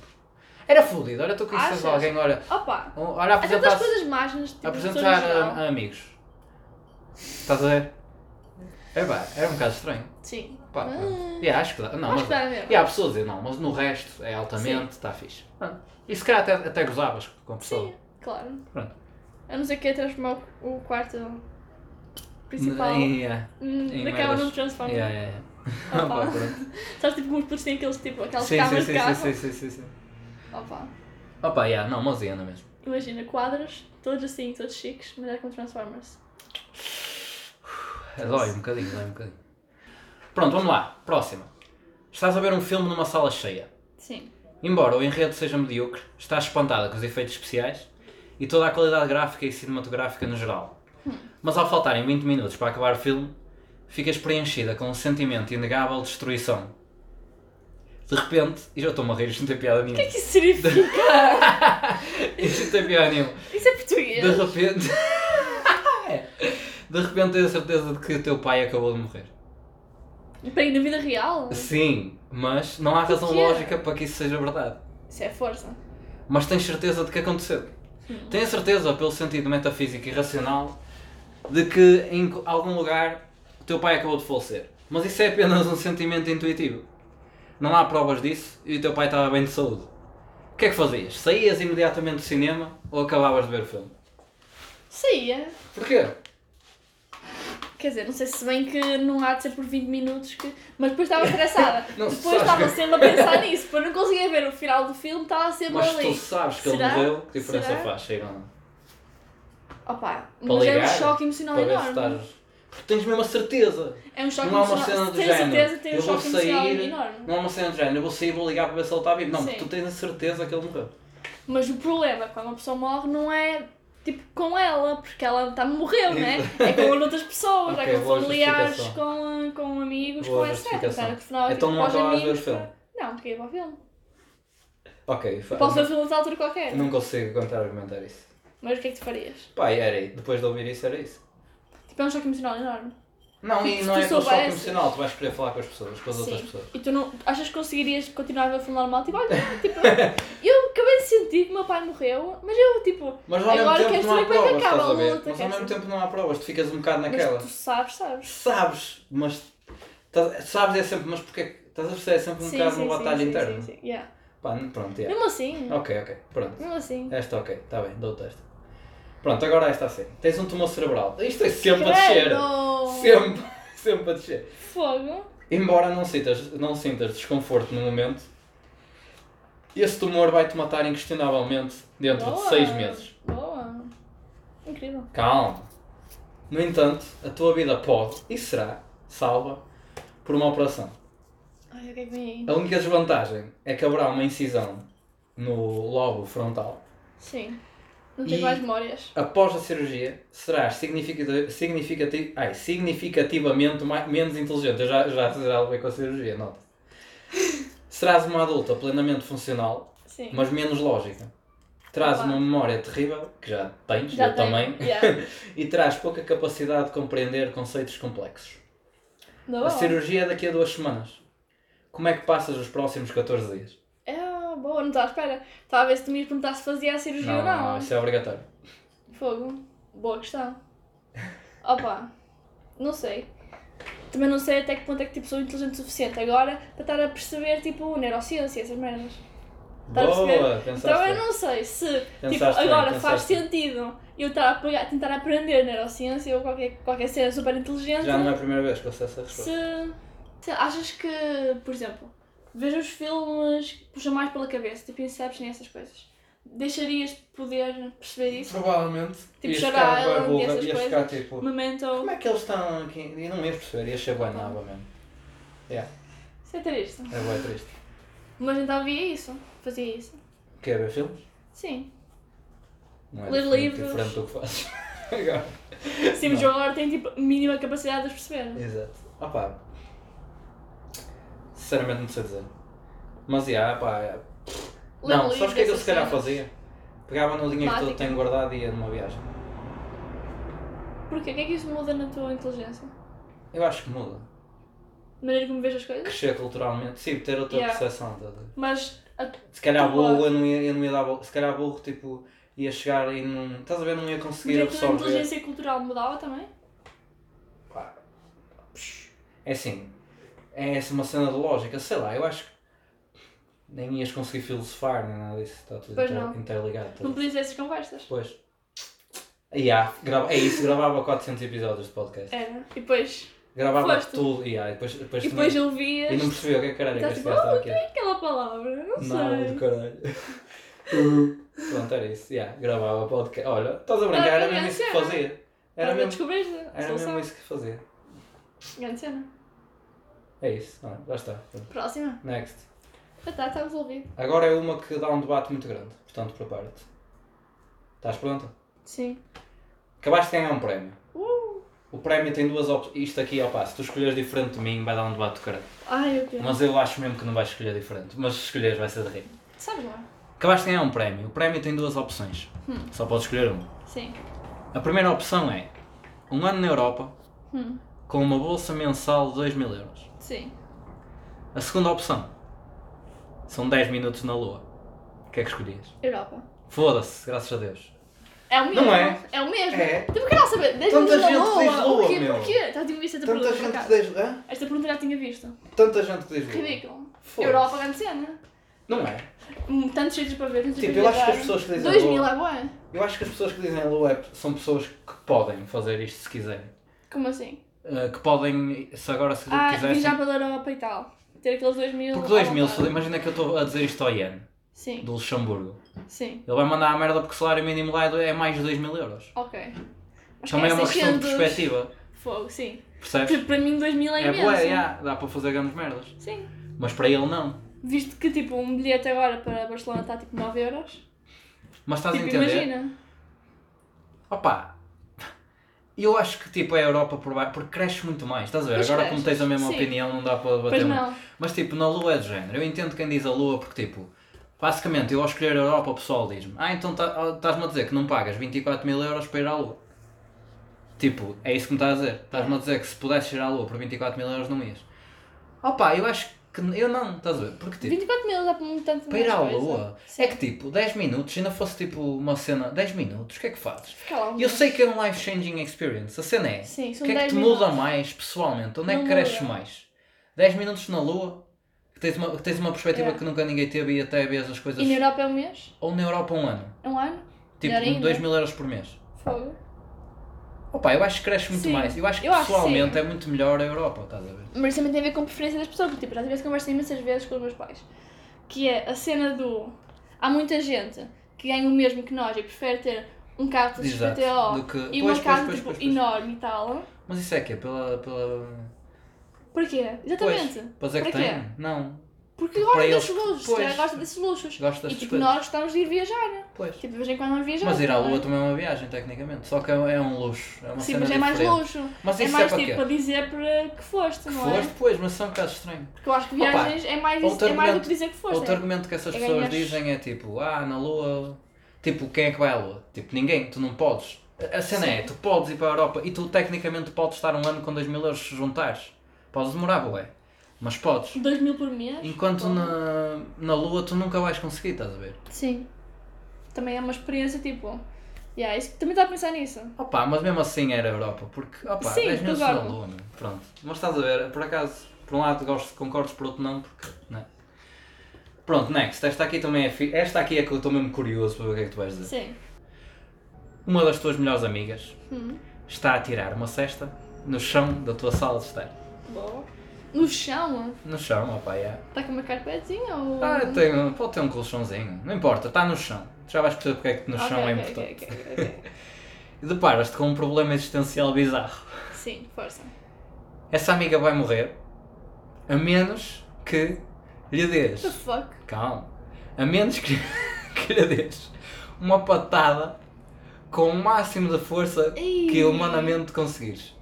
A: Era fodido, olha, estou
B: Achas?
A: conhecendo alguém, olha. um,
B: Opa!
A: Olha,
B: Há tantas
A: apresentar,
B: coisas más nas tipo,
A: apresentar ah,
B: pessoas no
A: a,
B: geral.
A: a amigos. Estás a ver? É pá, era um bocado estranho.
B: Sim.
A: Pá,
B: Ah,
A: pronto. Yeah, acho que dá. Não,
B: Acho que
A: mas.
B: dá mesmo.
A: E há pessoas a dizer não, mas no resto tá é altamente, está fixe. Pronto. E se calhar até, até gozavas com a pessoa.
B: Sim, claro.
A: Pronto.
B: A não ser que é transformar o o quarto principal
A: Yeah,
B: hum,
A: em
B: na câmara
A: merdas.
B: do Transformer.
A: yeah, yeah, yeah.
B: Opa.
A: Opa, pronto.
B: Sabes, tipo, como os putos têm aqueles, tipo, aquelas
A: sim, sim,
B: câmaras de
A: sim,
B: carro.
A: sim, sim, sim, sim.
B: Opa,
A: Opa, yeah, não, mãozinha anda mesmo.
B: imagina, quadros, todos assim, todos chiques, mas é com Transformers.
A: Dói um bocadinho, dói um bocadinho. Pronto, vamos lá. Próxima. Estás a ver um filme numa sala cheia.
B: Sim.
A: Embora o enredo seja medíocre, estás espantada com os efeitos especiais e toda a qualidade gráfica e cinematográfica no geral. Mas ao faltarem 20 minutos para acabar o filme, ficas preenchida com um sentimento inegável de destruição. De repente, e já estou-me a rir, isto não tem piada
B: O que é
A: nenhuma.
B: que isso significa?
A: Isto não tem piada nenhuma.
B: isso é
A: De
B: português?
A: repente. De repente tenho a certeza de que o teu pai acabou de morrer.
B: Bem, na vida real?
A: Sim, mas não há razão
B: Porquê?
A: lógica para que isso seja verdade.
B: Isso é força.
A: Mas tens certeza de que aconteceu. Tens certeza, pelo sentido metafísico e racional, de que em co- algum lugar o teu pai acabou de falecer. Mas isso é apenas um sentimento intuitivo. Não há provas disso e o teu pai estava bem de saúde. O que é que fazias? Saías imediatamente do cinema ou acabavas de ver o filme?
B: Saía.
A: Porquê?
B: Quer dizer, não sei se bem que não há de ser por 20 minutos que. Mas depois estava estressada.
A: Não,
B: depois
A: sabes
B: estava
A: que-
B: sempre a pensar nisso, porque eu não conseguia ver o final do filme, estava sempre
A: Mas
B: ali.
A: tu sabes que
B: Será?
A: ele morreu, que diferença
B: Será?
A: faz? Chega ou não?
B: Opa,
A: Para
B: mas é um
A: ligar,
B: choque emocional
A: Para ver se
B: enorme.
A: estás. Porque tens mesmo a certeza.
B: É um choque
A: Não há uma
B: emocional.
A: cena do
B: tenho
A: género.
B: certeza que tem um
A: eu vou
B: choque emocional
A: sair.
B: enorme.
A: Não há uma cena do género. Eu vou sair e vou ligar para ver se ele está vivo. Não,
B: Sim.
A: tu tens a certeza que ele morreu.
B: Mas o problema é quando uma pessoa morre não é tipo com ela, porque ela tá, morreu, né? É com outras pessoas,
A: Ok,
B: é com
A: boa
B: familiares,
A: justificação.
B: com, com amigos,
A: Boa
B: com etc.
A: justificação.
B: Tá, no final,
A: Então não
B: com os
A: acabavas de ver o
B: amigos,
A: filme?
B: tá. Não, porque ia para o filme.
A: Ok, fa-
B: Posso ver o filme a altura qualquer.
A: não consigo contra-argumentar isso.
B: Mas o que é que tu farias?
A: Pá, e era aí. Depois de ouvir isso, era isso.
B: Tipo, é um choque emocional enorme.
A: Não, e
B: Tipo, Se
A: não
B: tu
A: é pelo choque
B: soubesses-
A: emocional. Tu vais querer falar com as pessoas, com as outras pessoas.
B: E tu não achas que conseguirias continuar a ver o filme normal? Tipo, olha, tipo, eu acabei de sentir que o meu pai morreu, mas eu, tipo,
A: Mas ao mesmo
B: Agora
A: tempo
B: quero
A: não há
B: saber como é que
A: provas,
B: acaba
A: estás a
B: a
A: ver?
B: luta,
A: Mas ao
B: quero
A: mesmo
B: saber.
A: tempo não há provas. Tu ficas um bocado
B: mas
A: naquela.
B: tu sabes, sabes.
A: Sabes, mas... estás- Sabes é sempre... Mas porquê... que- Estás a perceber? É sempre um bocado uma batalha interna.
B: Sim, sim, yeah.
A: Pá, pronto, é.
B: Mesmo assim,
A: Ok, ok, pronto.
B: mesmo assim.
A: Esta ok, está bem, dou-te esta. Pronto, agora esta assim. Tens um tumor cerebral. Isto é sempre a descer.
B: Credo!
A: Sempre, sempre a descer.
B: Fogo!
A: Embora não sintas, não sintas desconforto no momento, esse tumor vai-te matar inquestionavelmente dentro de
B: Boa.
A: 6 meses.
B: Boa! Incrível.
A: Calma. No entanto, a tua vida pode e será salva por uma operação.
B: Ai, o que é que vem aí?
A: A única desvantagem é que haverá uma incisão no lobo frontal
B: Sim. Não tenho
A: E-
B: mais memórias.
A: após a cirurgia, serás significati- significati- ai, significativamente mai- menos inteligente. Eu já, já, já levei com a cirurgia, nota. Serás uma adulta plenamente funcional,
B: Sim.
A: mas menos lógica. Terás
B: Opa.
A: uma memória terrível, que já tens, eu
B: tenho.
A: também,
B: Yeah.
A: e terás pouca capacidade de compreender conceitos complexos.
B: Não.
A: A cirurgia é daqui a duas semanas. Como é que passas os próximos 14 dias?
B: É, boa, não estava à espera. Estava a ver se tu me ias perguntar se fazia a cirurgia ou não.
A: isso é obrigatório.
B: Fogo. Boa questão. Opa, não sei. Também não sei até que ponto é que tipo, sou inteligente o suficiente agora para estar a perceber tipo neurociência, essas merdas. Estás Tá a perceber?
A: Boa,
B: Então eu
A: pensaste. bem.
B: não sei se tipo,
A: Pensaste bem,
B: agora faz
A: pensaste bem.
B: sentido eu estar a pegar- tentar aprender neurociência ou qualquer, qualquer cena super inteligente.
A: Já não é a primeira vez que eu sei essa resposta.
B: se, se achas que, por exemplo, vejo os filmes que puxa mais pela cabeça, tipo Inception e essas coisas. Deixarias de poder perceber isso?
A: Provavelmente.
B: Tipo,
A: Ias
B: chorar,
A: ficar bué
B: ela
A: vulgar,
B: dessas
A: ias
B: coisas.
A: ficar tipo.
B: Momento.
A: Como é que eles estão aqui? E não ias perceber, ias ser bué naba mesmo.
B: Isso é triste.
A: É bué triste.
B: Mas então via isso, fazia isso.
A: Quer ver filmes?
B: Sim.
A: Não é
B: Ler
A: muito
B: livros.
A: diferente do que fazes. Agora.
B: Sim, mas eu agora tenho tipo mínima capacidade de as perceber.
A: Exato. Opá. Sinceramente não sei dizer. Mas já, pá. Não, sabes o que é que eu se calhar fazia? Pegava no dinheiro que eu
B: Mágica.
A: tenho guardado e ia numa viagem.
B: Porquê? O que é que isso muda na tua inteligência?
A: Eu acho que muda.
B: A maneira como vejo as coisas?
A: Crescer culturalmente, sim, ter outra
B: Yeah.
A: percepção. estás a ver?
B: Mas a-
A: Se calhar
B: Boa.
A: burro, eu não ia, eu não ia dar burro. Se calhar burro, tipo, ia chegar e não. Estás a ver? Não ia
B: mas é
A: conseguir
B: a tua
A: absorver.
B: inteligência cultural mudava também?
A: Pá, É assim, é essa uma cena de lógica, sei lá, eu acho que nem ias conseguir filosofar nem nada disso, está tudo
B: Pois
A: inter-
B: não.
A: interligado. tá
B: Não
A: tudo.
B: podias ter essas conversas?
A: Pois, Yeah, grava- É isso, gravava 400 episódios de podcast.
B: Era. E depois,
A: Gravava
B: É. Foste.
A: tudo. Yeah, e depois, depois,
B: e depois
A: não,
B: eu via
A: e não percebia o que é que caralho que
B: Estás
A: este
B: tipo,
A: gajo estava
B: oh,
A: aqui.
B: o que é aquela palavra? Não
A: Nada
B: sei.
A: do caralho. Pronto, era isso. Yeah, gravava podcast. Olha, estás a brincar?
B: Era
A: Era mesmo isso que
B: criança,
A: fazia. Era
B: Era mesmo.
A: mesmo,
B: Descobriste a
A: era É mesmo
B: solução.
A: isso que fazia.
B: Grande cena.
A: É isso. Olha, já está. Pronto.
B: Próxima.
A: Next.
B: Ah tá, está resolvido.
A: Agora é uma que dá um debate muito grande. Portanto, prepara-te. Estás pronto?
B: Sim.
A: Acabaste de ganhar um prémio.
B: Uh.
A: O prémio tem duas opções. Isto aqui ao passo. Se tu escolheres diferente de mim, vai dar um debate do caralho.
B: Ai, eu quero.
A: Mas eu acho mesmo que não vais escolher diferente. Mas se escolheres, vai ser de rir.
B: Sabes lá?
A: Acabaste de ganhar um prémio. O prémio tem duas opções.
B: Hum.
A: Só podes escolher uma.
B: Sim.
A: A primeira opção é um ano na Europa
B: Hum.
A: com uma bolsa mensal de 2 mil euros.
B: Sim.
A: A segunda opção são 10 minutos na Lua. O que é que escolhias?
B: Europa.
A: Foda-se, graças a Deus.
B: É o mesmo.
A: Não é?
B: É o mesmo.
A: É.
B: Tipo, quero lá saber. Desde
A: Tanta
B: Lisboa,
A: gente diz Lisboa,
B: o quê?
A: meu.
B: Porquê? Estás a visto esta pergunta, por acaso?
A: diz. Hã?
B: Esta pergunta já tinha visto.
A: Tanta gente que diz
B: Ridículo.
A: Hum. Foda-se.
B: Europa grande cena.
A: Não é?
B: Hum, Tantos sítios para ver.
A: Tipo, eu acho que as pessoas que dizem
B: 2000
A: Lua.
B: agora?
A: Eu acho que as pessoas que dizem Lua é- são pessoas que podem fazer isto se quiserem.
B: Como assim?
A: Uh, que podem, se agora se
B: Ah,
A: quisessem.
B: viajar pela Europa e tal. Ter aqueles 2000.
A: é assim. Porque
B: à
A: 2 mil,
B: vontade.
A: imagina que eu estou a dizer isto ao Ian,
B: Sim,
A: do Luxemburgo.
B: sim.
A: Ele vai mandar a merda porque o salário mínimo lá é mais de 2 mil euros.
B: Ok. Mas
A: Também é uma questão de
B: 600
A: perspectiva.
B: Fogo, sim.
A: Percebes?
B: Tipo, para mim 2000 é
A: É
B: imenso.
A: boa, yeah, dá para fazer grandes merdas.
B: Sim.
A: Mas para ele não.
B: Visto que tipo um bilhete agora para Barcelona está tipo 9 euros.
A: Mas estás a
B: tipo,
A: entender?
B: imagina.
A: Opa! Eu acho que tipo a Europa por baixo, porque cresce muito mais, estás a ver?
B: Pois
A: Agora
B: cresce,
A: como tens a mesma
B: sim.
A: opinião não dá para bater
B: Pois
A: muito.
B: não.
A: Mas tipo, na Lua é de género. Eu entendo quem diz a Lua porque tipo, basicamente eu ao escolher a Europa o pessoal diz-me, ah então tá- ah, estás-me a dizer que não pagas 24 mil euros para ir à Lua. Tipo, é isso que me estás a dizer. Estás-me a dizer que se pudesses ir à Lua por 24 mil euros não ias. Opa, eu acho que eu não, estás a ver? Porque tipo.
B: 24 mil dá para muito tanto
A: Para ir à
B: mais coisa.
A: lua?
B: Sim.
A: É que tipo, 10 minutos, ainda fosse tipo uma cena, 10 minutos, o que é que fazes?
B: Fica lá um
A: Eu sei que é um life-changing experience, a cena é.
B: Sim,
A: O
B: são
A: que é que
B: 10
A: te
B: minutos.
A: muda mais pessoalmente? Onde é
B: Não
A: que cresces
B: muda.
A: mais? 10 minutos na lua, que tens uma, que tens uma perspectiva
B: É.
A: que nunca ninguém teve e até vês as coisas.
B: E na Europa é um mês?
A: Ou na Europa um ano,
B: É um ano? Melhor
A: tipo
B: ainda.
A: 2 mil euros por mês.
B: Fogo.
A: Opa, eu acho que cresces muito
B: Sim,
A: mais. Eu acho que
B: eu acho que
A: pessoalmente
B: sim.
A: é muito melhor a Europa, estás a ver?
B: Mas também tem a ver com preferência das pessoas. Tipo, já tive essa conversa imensas vezes com os meus pais. Que é a cena do. Há muita gente que ganha o mesmo que nós e prefere ter um carro de
A: Exato. Do
B: XPTO
A: que... Pois,
B: e uma
A: pois,
B: casa
A: pois,
B: tipo,
A: pois, pois.
B: enorme e tal.
A: Mas isso é que é pela. pela...
B: Porquê?
A: Pois,
B: Exatamente.
A: pois é que
B: Para quê?
A: tem. Não,
B: Porque gosta
A: Para eles-
B: desses luxos,
A: pois.
B: se gosta desses luxos.
A: gosto
B: E
A: das
B: tipo, nós gostamos de ir viajar.
A: Pois.
B: Tipo, de vez em quando vamos viajar.
A: Mas ir à
B: não é?
A: lua também é uma viagem, tecnicamente. Só que é é um luxo. É uma
B: Sim,
A: cena
B: mas é mais
A: diferente.
B: luxo.
A: Mas
B: é
A: isso é,
B: mais
A: para
B: tipo
A: quê?
B: para dizer para que foste,
A: Que
B: não
A: foste,
B: é?
A: pois, mas isso é um bocado estranho.
B: Porque eu acho que
A: Opa,
B: viagens é mais,
A: outro
B: é mais do
A: argumento-
B: que dizer que foste.
A: Outro
B: é.
A: argumento que essas
B: É
A: pessoas
B: ganhar-
A: dizem é tipo, ah, na lua. Tipo, quem é que vai à lua? Tipo, ninguém, tu não podes. A a cena é, tu podes ir para a Europa e tu tecnicamente podes estar um ano com 2 mil euros se juntares. Podes demorar, bué. Mas podes.
B: 2 mil por mês?
A: Enquanto
B: Bom.
A: na, na lua tu nunca vais conseguir, estás a ver?
B: Sim. Também é uma experiência tipo. Yeah, isso, também está a pensar nisso.
A: Opa, mas mesmo assim era Europa, porque opa,
B: Sim,
A: 10
B: tu
A: minutos na
B: gosto.
A: Lua, meu. pronto. Mas estás a ver, por acaso, por um lado gosto, concordo, por outro não, porque. Né? Pronto, next, esta aqui também é fi... Esta aqui é que eu estou mesmo curioso para ver o que é que tu vais dizer.
B: Sim.
A: Uma das tuas melhores amigas
B: Hum.
A: está a tirar uma cesta no chão da tua sala de estar.
B: Boa. No chão?
A: No chão, opa, é.
B: Está com uma carpetezinha ou.
A: Ah, tem, um- pode ter um colchãozinho, não importa, está no chão. Tu já vais perceber porque é que no
B: Ok,
A: chão é
B: ok,
A: importante.
B: ok, ok, ok.
A: E deparas-te com um problema existencial bizarro.
B: Sim, força.
A: Essa amiga vai morrer a menos que lhe
B: What the
A: dês.
B: fuck?
A: Calma. A menos que, que lhe dês uma patada com o máximo de força
B: Ei.
A: que humanamente conseguires.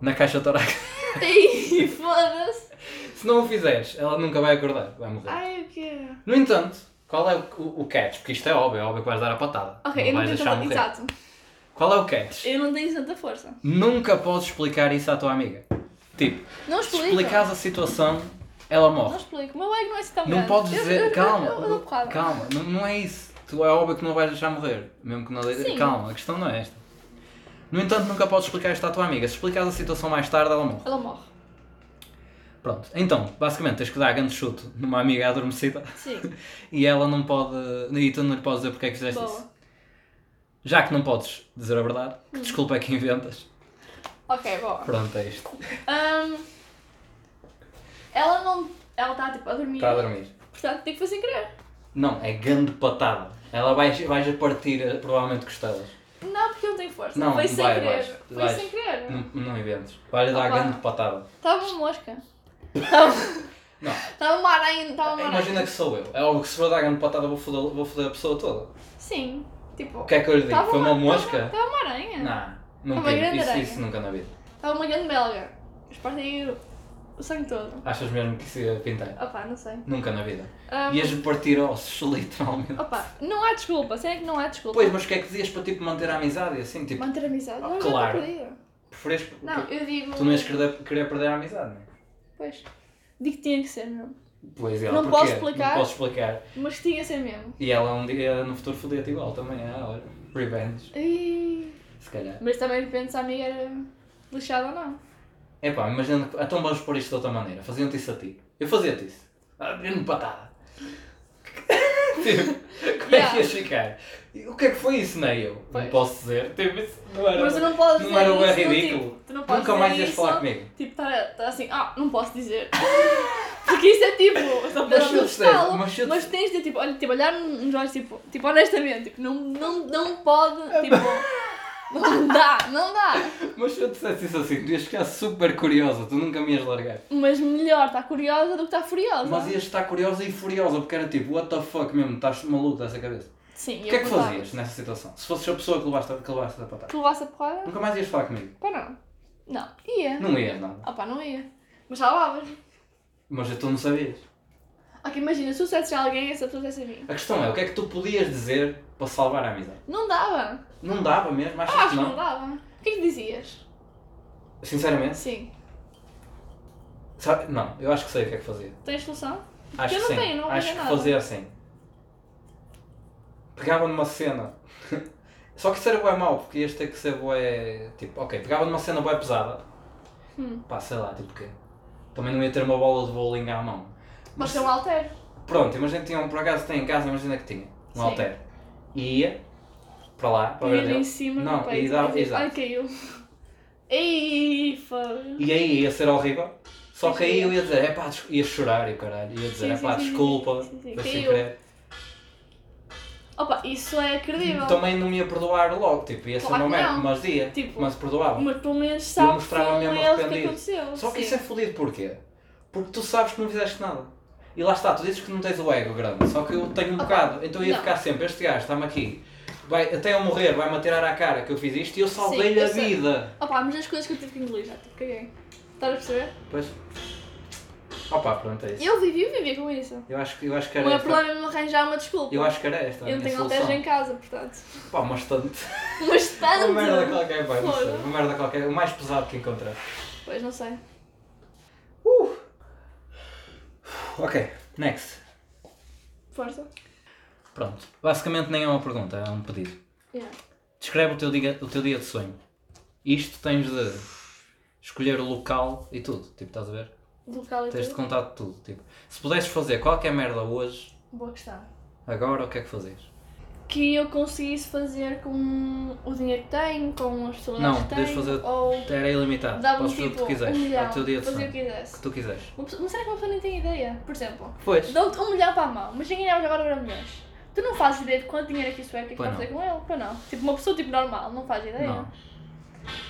A: Na caixa torácica.
B: Ei, foda-se.
A: Se não o fizeres, ela nunca vai acordar, vai morrer.
B: Ai, o quê?
A: No entanto, qual é o, o, o catch? Porque isto é óbvio, é óbvio que vais dar a patada.
B: Ok, eu não
A: vais
B: tenho
A: deixar
B: tanta.
A: morrer.
B: Exato.
A: Qual é o catch?
B: Eu não tenho tanta força.
A: Nunca podes explicar isso à tua amiga. Tipo,
B: Não
A: se
B: explico.
A: explicares a situação, ela morre.
B: Não explico. O meu ego não é assim tão
A: Não
B: grande.
A: podes
B: Eu-
A: dizer,
B: eu- eu-
A: calma,
B: Eu, eu dou porrada.
A: calma, não, não é isso. Tu é óbvio que não vais deixar morrer, mesmo que não dê-
B: Sim.
A: Calma, a questão não é esta. No entanto, nunca podes explicar isto à tua amiga. Se explicares a situação mais tarde, ela morre.
B: Ela morre.
A: Pronto, então, basicamente tens que dar grande chute numa amiga adormecida
B: Sim.
A: e ela não pode. e tu não lhe podes dizer porque é que fizeste
B: Boa. Hum.
A: isso. Já que não podes dizer a verdade, que desculpa é que inventas?
B: Ok, boa.
A: Pronto, é isto.
B: Ahm, ela não. Ela está tipo a dormir.
A: Está Tá a dormir.
B: Portanto, tipo foi sem querer.
A: Não, é grande patada. Ela vais, vais a partir, eh, provavelmente, costelas.
B: Não, porque eu não tenho força.
A: Não,
B: foi sem
A: vai,
B: querer.
A: vais,
B: foi
A: vais. Hum.
B: sem querer.
A: Não, não inventes. Vais dar
B: Opa.
A: grande patada.
B: Estava uma mosca. Estava
A: Não.
B: estava uma aranha. Estava uma aranha.
A: Imagina que sou eu. É óbvio que se for dar grande patada, vou foder, vou foder a pessoa toda.
B: Sim. Tipo.
A: O que é que eu lhe digo?
B: Estava
A: Foi uma mosca?
B: Estava uma aranha.
A: Não,
B: Uma
A: nunca.
B: grande
A: Isso,
B: aranha.
A: isso nunca na vida.
B: Estava uma grande belga. Espartei o- o sangue todo.
A: Achas mesmo que isso ia pintar?
B: Opa, não sei.
A: Nunca na vida.
B: Ahm,
A: Ias partir ossos, literalmente.
B: Opa, não há desculpa. Sério que não há desculpa.
A: Pois, mas o que é que dizias para tipo manter a amizade e assim? Tipo,
B: Manter a amizade.
A: Ah,
B: Não, já
A: claro.
B: estou perdida.
A: preferias.
B: Não, eu digo.
A: Tu não ias querer, querer perder a amizade, não é?
B: Pois. Digo que tinha que ser mesmo.
A: Pois é,
B: Não
A: porquê?
B: posso explicar.
A: Não posso explicar.
B: Mas tinha que ser mesmo.
A: E ela um dia no futuro fodeu-te igual também, é, olha. Revenge,
B: Ih,
A: se calhar.
B: Mas também depende se a amiga era lixada ou não.
A: Epá, imagina que. Então vamos pôr isto de outra maneira. Faziam-te isso a ti. Eu fazia-te isso. Ah, Grande patada. tipo, como é
B: Yeah.
A: que ias ficar? E O que é que foi isso, não é eu?
B: Pois.
A: Não posso dizer. Tipo, isso não era.
B: Mas tu não podes
A: não
B: dizer
A: era
B: isso.
A: o
B: do
A: ridículo.
B: Tipo, tu não podes
A: Nunca
B: dizer
A: mais ias
B: isso,
A: falar comigo.
B: Tipo, estar estar assim, ah, não posso dizer. Porque isso é tipo, só para
A: Mas
B: não
A: eu sei,
B: estalo.
A: mas eu
B: Mas tens de tipo, olha, tipo, olhar nos olhos, tipo, tipo, honestamente, tipo, não, não, não pode,
A: É
B: tipo, não dá, não dá.
A: Mas se eu dissesse isso assim, tu ias ficar super curiosa, tu nunca me ias largar.
B: Mas melhor estar curiosa do que estar furiosa.
A: Mas ias estar curiosa e furiosa, porque era tipo, what the fuck mesmo, estás maluco dessa cabeça.
B: Sim,
A: O que é que fazias nessa situação? Se fosses a pessoa que levaste, que levaste a patada,
B: Que levasse a porrada?
A: nunca mais ias falar comigo.
B: Pá, não. Não, ia.
A: Não ias, não.
B: Ah pá, não ia. Mas já lavas.
A: Mas tu não sabias.
B: Ok, imagina, se tu dissesses a alguém, essa pessoa dissesse a mim.
A: A questão é, o que é que tu podias dizer para salvar a amizade?
B: Não dava.
A: Não dava mesmo? Achas
B: Ah,
A: que
B: acho que não
A: não?
B: dava. O que é que dizias?
A: Sinceramente?
B: Sim.
A: Sabe- Não, eu acho que sei o que é que fazia.
B: Tens solução?
A: Acho
B: Eu
A: que
B: não
A: sim.
B: tenho, não
A: Acho
B: tenho
A: que
B: nada.
A: fazia assim. Pegava numa cena. Só que isso era bué mau, porque ias ter que ser bué... Tipo, ok, pegava numa cena bué pesada.
B: Hum.
A: Pá, sei lá, tipo quê? Também não ia ter uma bola de bowling à mão.
B: Pode ser um alter.
A: Pronto, imagina que tinha um, por acaso tem em casa, imagina que tinha. Um
B: Sim.
A: alter. E ia para lá, para
B: E
A: ver
B: ele em
A: dele.
B: cima
A: Não,
B: do peito.
A: e dava-
B: Ai,
A: exato.
B: Ai, caiu. Ei, foda.
A: E aí ia ser horrível. Só que aí eu ia dizer, é pá, ia chorar e o caralho. Ia dizer,
B: Sim,
A: é
B: sim,
A: pá,
B: sim, sim,
A: desculpa,
B: sim, sim,
A: foi sem
B: caiu.
A: querer.
B: Opa, isso é credível.
A: Também não ia perdoar logo, tipo, ia ser
B: Claro
A: uma
B: que
A: merda,
B: não.
A: mas ia,
B: Tipo,
A: mas perdoava.
B: Mas pelo menos sabe que foi
A: mostrava
B: um
A: mesmo
B: erro que
A: arrependido.
B: aconteceu.
A: Só que
B: Sim.
A: isso é fodido porquê? Porque tu sabes que não fizeste nada. E lá está, tu dizes que não tens o ego grande, só que eu tenho um
B: Opa,
A: bocado. Então eu ia
B: não.
A: ficar sempre, este gajo está-me aqui, vai, até eu morrer vai-me atirar à cara que eu fiz isto e eu salvei-lhe
B: eu
A: a
B: sei.
A: vida.
B: Opa, mas as coisas que eu tive que engolir já, tipo, caguei. Estás a perceber?
A: Pois. Opa, pronto, é isso.
B: Eu vivi, vivi com isso.
A: Eu acho, que- eu acho que
B: O
A: era
B: meu
A: esta.
B: problema é me arranjar uma desculpa.
A: Eu acho que era esta. a
B: Eu
A: minha
B: não tenho
A: solução.
B: alteres em casa, portanto.
A: Pá, uma estante.
B: Mas tanto!
A: Uma Oh, merda qualquer, pá, não sei.
B: Foda.
A: Uma merda qualquer, o mais pesado que encontrar.
B: Pois não sei.
A: Uh! Ok, next.
B: Força.
A: Pronto. Basicamente nem é uma pergunta, é um pedido.
B: Yeah.
A: Descreve o teu dia, o teu dia de sonho. Isto tens de escolher o local e tudo, tipo, estás a ver?
B: Local e
A: Tens de
B: tudo.
A: contar de tudo, tipo. Se pudesses fazer qualquer merda hoje,
B: Boa questão.
A: agora, o que é que fazias?
B: Que eu conseguisse fazer com o dinheiro que tenho, com as pessoas
A: Não,
B: que
A: podias
B: tenho.
A: fazer-
B: Ou
A: Era ilimitado,
B: dava-me
A: podes fazer
B: tipo
A: o que tu quiseres.
B: um milhão.
A: é o teu dia de
B: fazer o
A: sonho.
B: que
A: O
B: quisesse.
A: que tu quiseres.
B: Uma pessoa- Mas será que uma pessoa nem tem ideia? Por exemplo,
A: Pois.
B: dou-te um milhão para a mão, mas ninguém ganhava agora um milhões. Tu não fazes ideia de quanto dinheiro é que isso é, o que é que
A: Pois
B: vais fazer com ele? Pois não. Tipo, uma pessoa tipo normal, não faz ideia.
A: Não.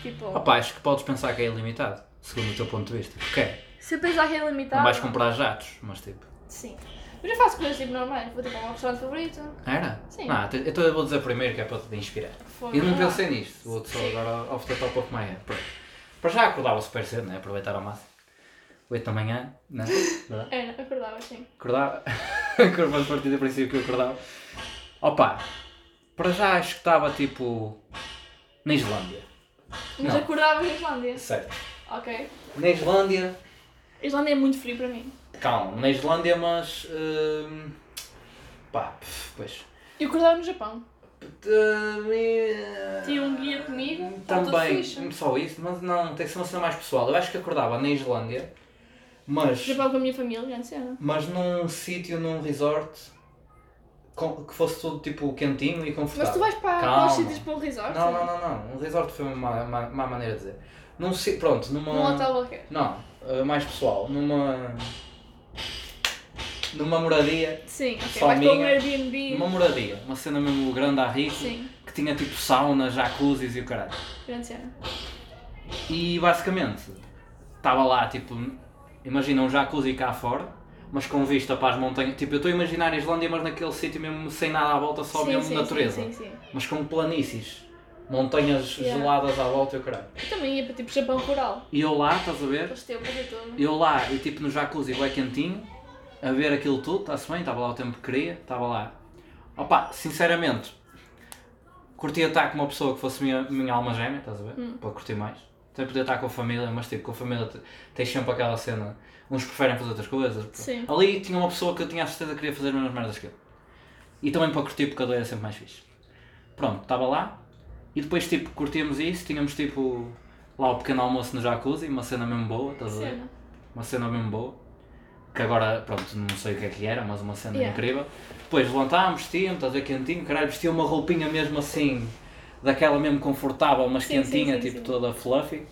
B: Tipo,
A: Opa, acho que podes pensar que é ilimitado, segundo o teu ponto de vista. Ok,
B: se eu pensar que é limitado.
A: não vais comprar jatos, mas tipo.
B: Sim. Mas eu faço coisas tipo normais, vou tipo a um restaurante favorito.
A: Era?
B: Sim.
A: Não, te- então eu vou dizer primeiro que é para te inspirar.
B: Foi.
A: Eu não
B: Ah.
A: pensei nisto, vou só
B: Sim.
A: agora ao futebol pouco mais. Pronto. Para já acordava super cedo, né? aproveitar ao máximo. 8 da manhã, né? Verdade?
B: Era, acordava assim.
A: acordava. Acordava a partir do princípio é que eu acordava. Opa, para já acho que estava tipo. na Islândia.
B: Mas
A: Não.
B: acordavas na Islândia.
A: Certo.
B: Ok.
A: Na Islândia,
B: A Islândia é muito frio para mim.
A: calma, na Islândia, mas. hum, pá, pff, pois.
B: Eu acordava no Japão.
A: Eh,
B: Tinha um guia comigo. tá tudo
A: Também,
B: fixe.
A: só isso, mas não, tem que ser uma cena mais pessoal. Eu acho que acordava na Islândia, mas,
B: Japão com a minha família, grande cena.
A: mas num sítio, num resort, com- que fosse tudo tipo quentinho e confortável.
B: Mas tu vais para, para
A: Calma.
B: os sítios para um resort?
A: Não, não, não, não. Um resort foi uma má, má- má maneira de dizer. Num, si- pronto, numa.
B: Num hotel qualquer.
A: Não, eh, mais pessoal. Numa. Numa moradia.
B: Sim, ok.
A: Só
B: Vais para um
A: minha.
B: Airbnb.
A: Numa moradia. Uma cena mesmo grande à rico.
B: Sim,
A: Que tinha tipo sauna, jacuzzis e o caralho.
B: grande cena.
A: E basicamente, estava lá, tipo, imagina um jacuzzi cá fora, mas com vista para as montanhas. Tipo, eu estou a imaginar a Islândia, mas naquele sítio mesmo sem nada à volta, só
B: sim,
A: mesmo
B: sim,
A: natureza.
B: Sim, sim, sim.
A: Mas com planícies, montanhas
B: Yeah.
A: geladas à volta e o caralho.
B: Eu também ia para tipo Japão rural.
A: E eu lá, estás a ver?
B: Eles têm para fazer tudo.
A: Eu lá, e tipo no jacuzzi, bem quentinho, a ver aquilo tudo, está-se bem, estava lá o tempo que queria, estava lá. Opa, sinceramente, curtia estar com uma pessoa que fosse minha, minha alma gêmea, estás a ver? Para curtir mais. Até poder estar com a família, mas tipo, com a família te- tens sempre aquela cena, uns preferem fazer outras coisas.
B: Sim.
A: Ali tinha uma pessoa que eu tinha a certeza que queria fazer as mesmas merdas que eu. E também para curtir, porque a dor era sempre mais fixe. Pronto, estava lá, e depois tipo, curtíamos isso, tínhamos tipo, lá o pequeno almoço no jacuzzi, uma cena mesmo boa, estás a ver?
B: Cena.
A: uma cena mesmo boa, que agora, pronto, não sei o que é que era, mas uma cena
B: Yeah.
A: incrível. Depois levantámos, vestíamos, estás a ver, quentinho, caralho, vestia uma roupinha mesmo assim, daquela mesmo confortável, mas
B: Sim, sim,
A: quentinha,
B: sim,
A: tipo
B: sim.
A: toda fluffy,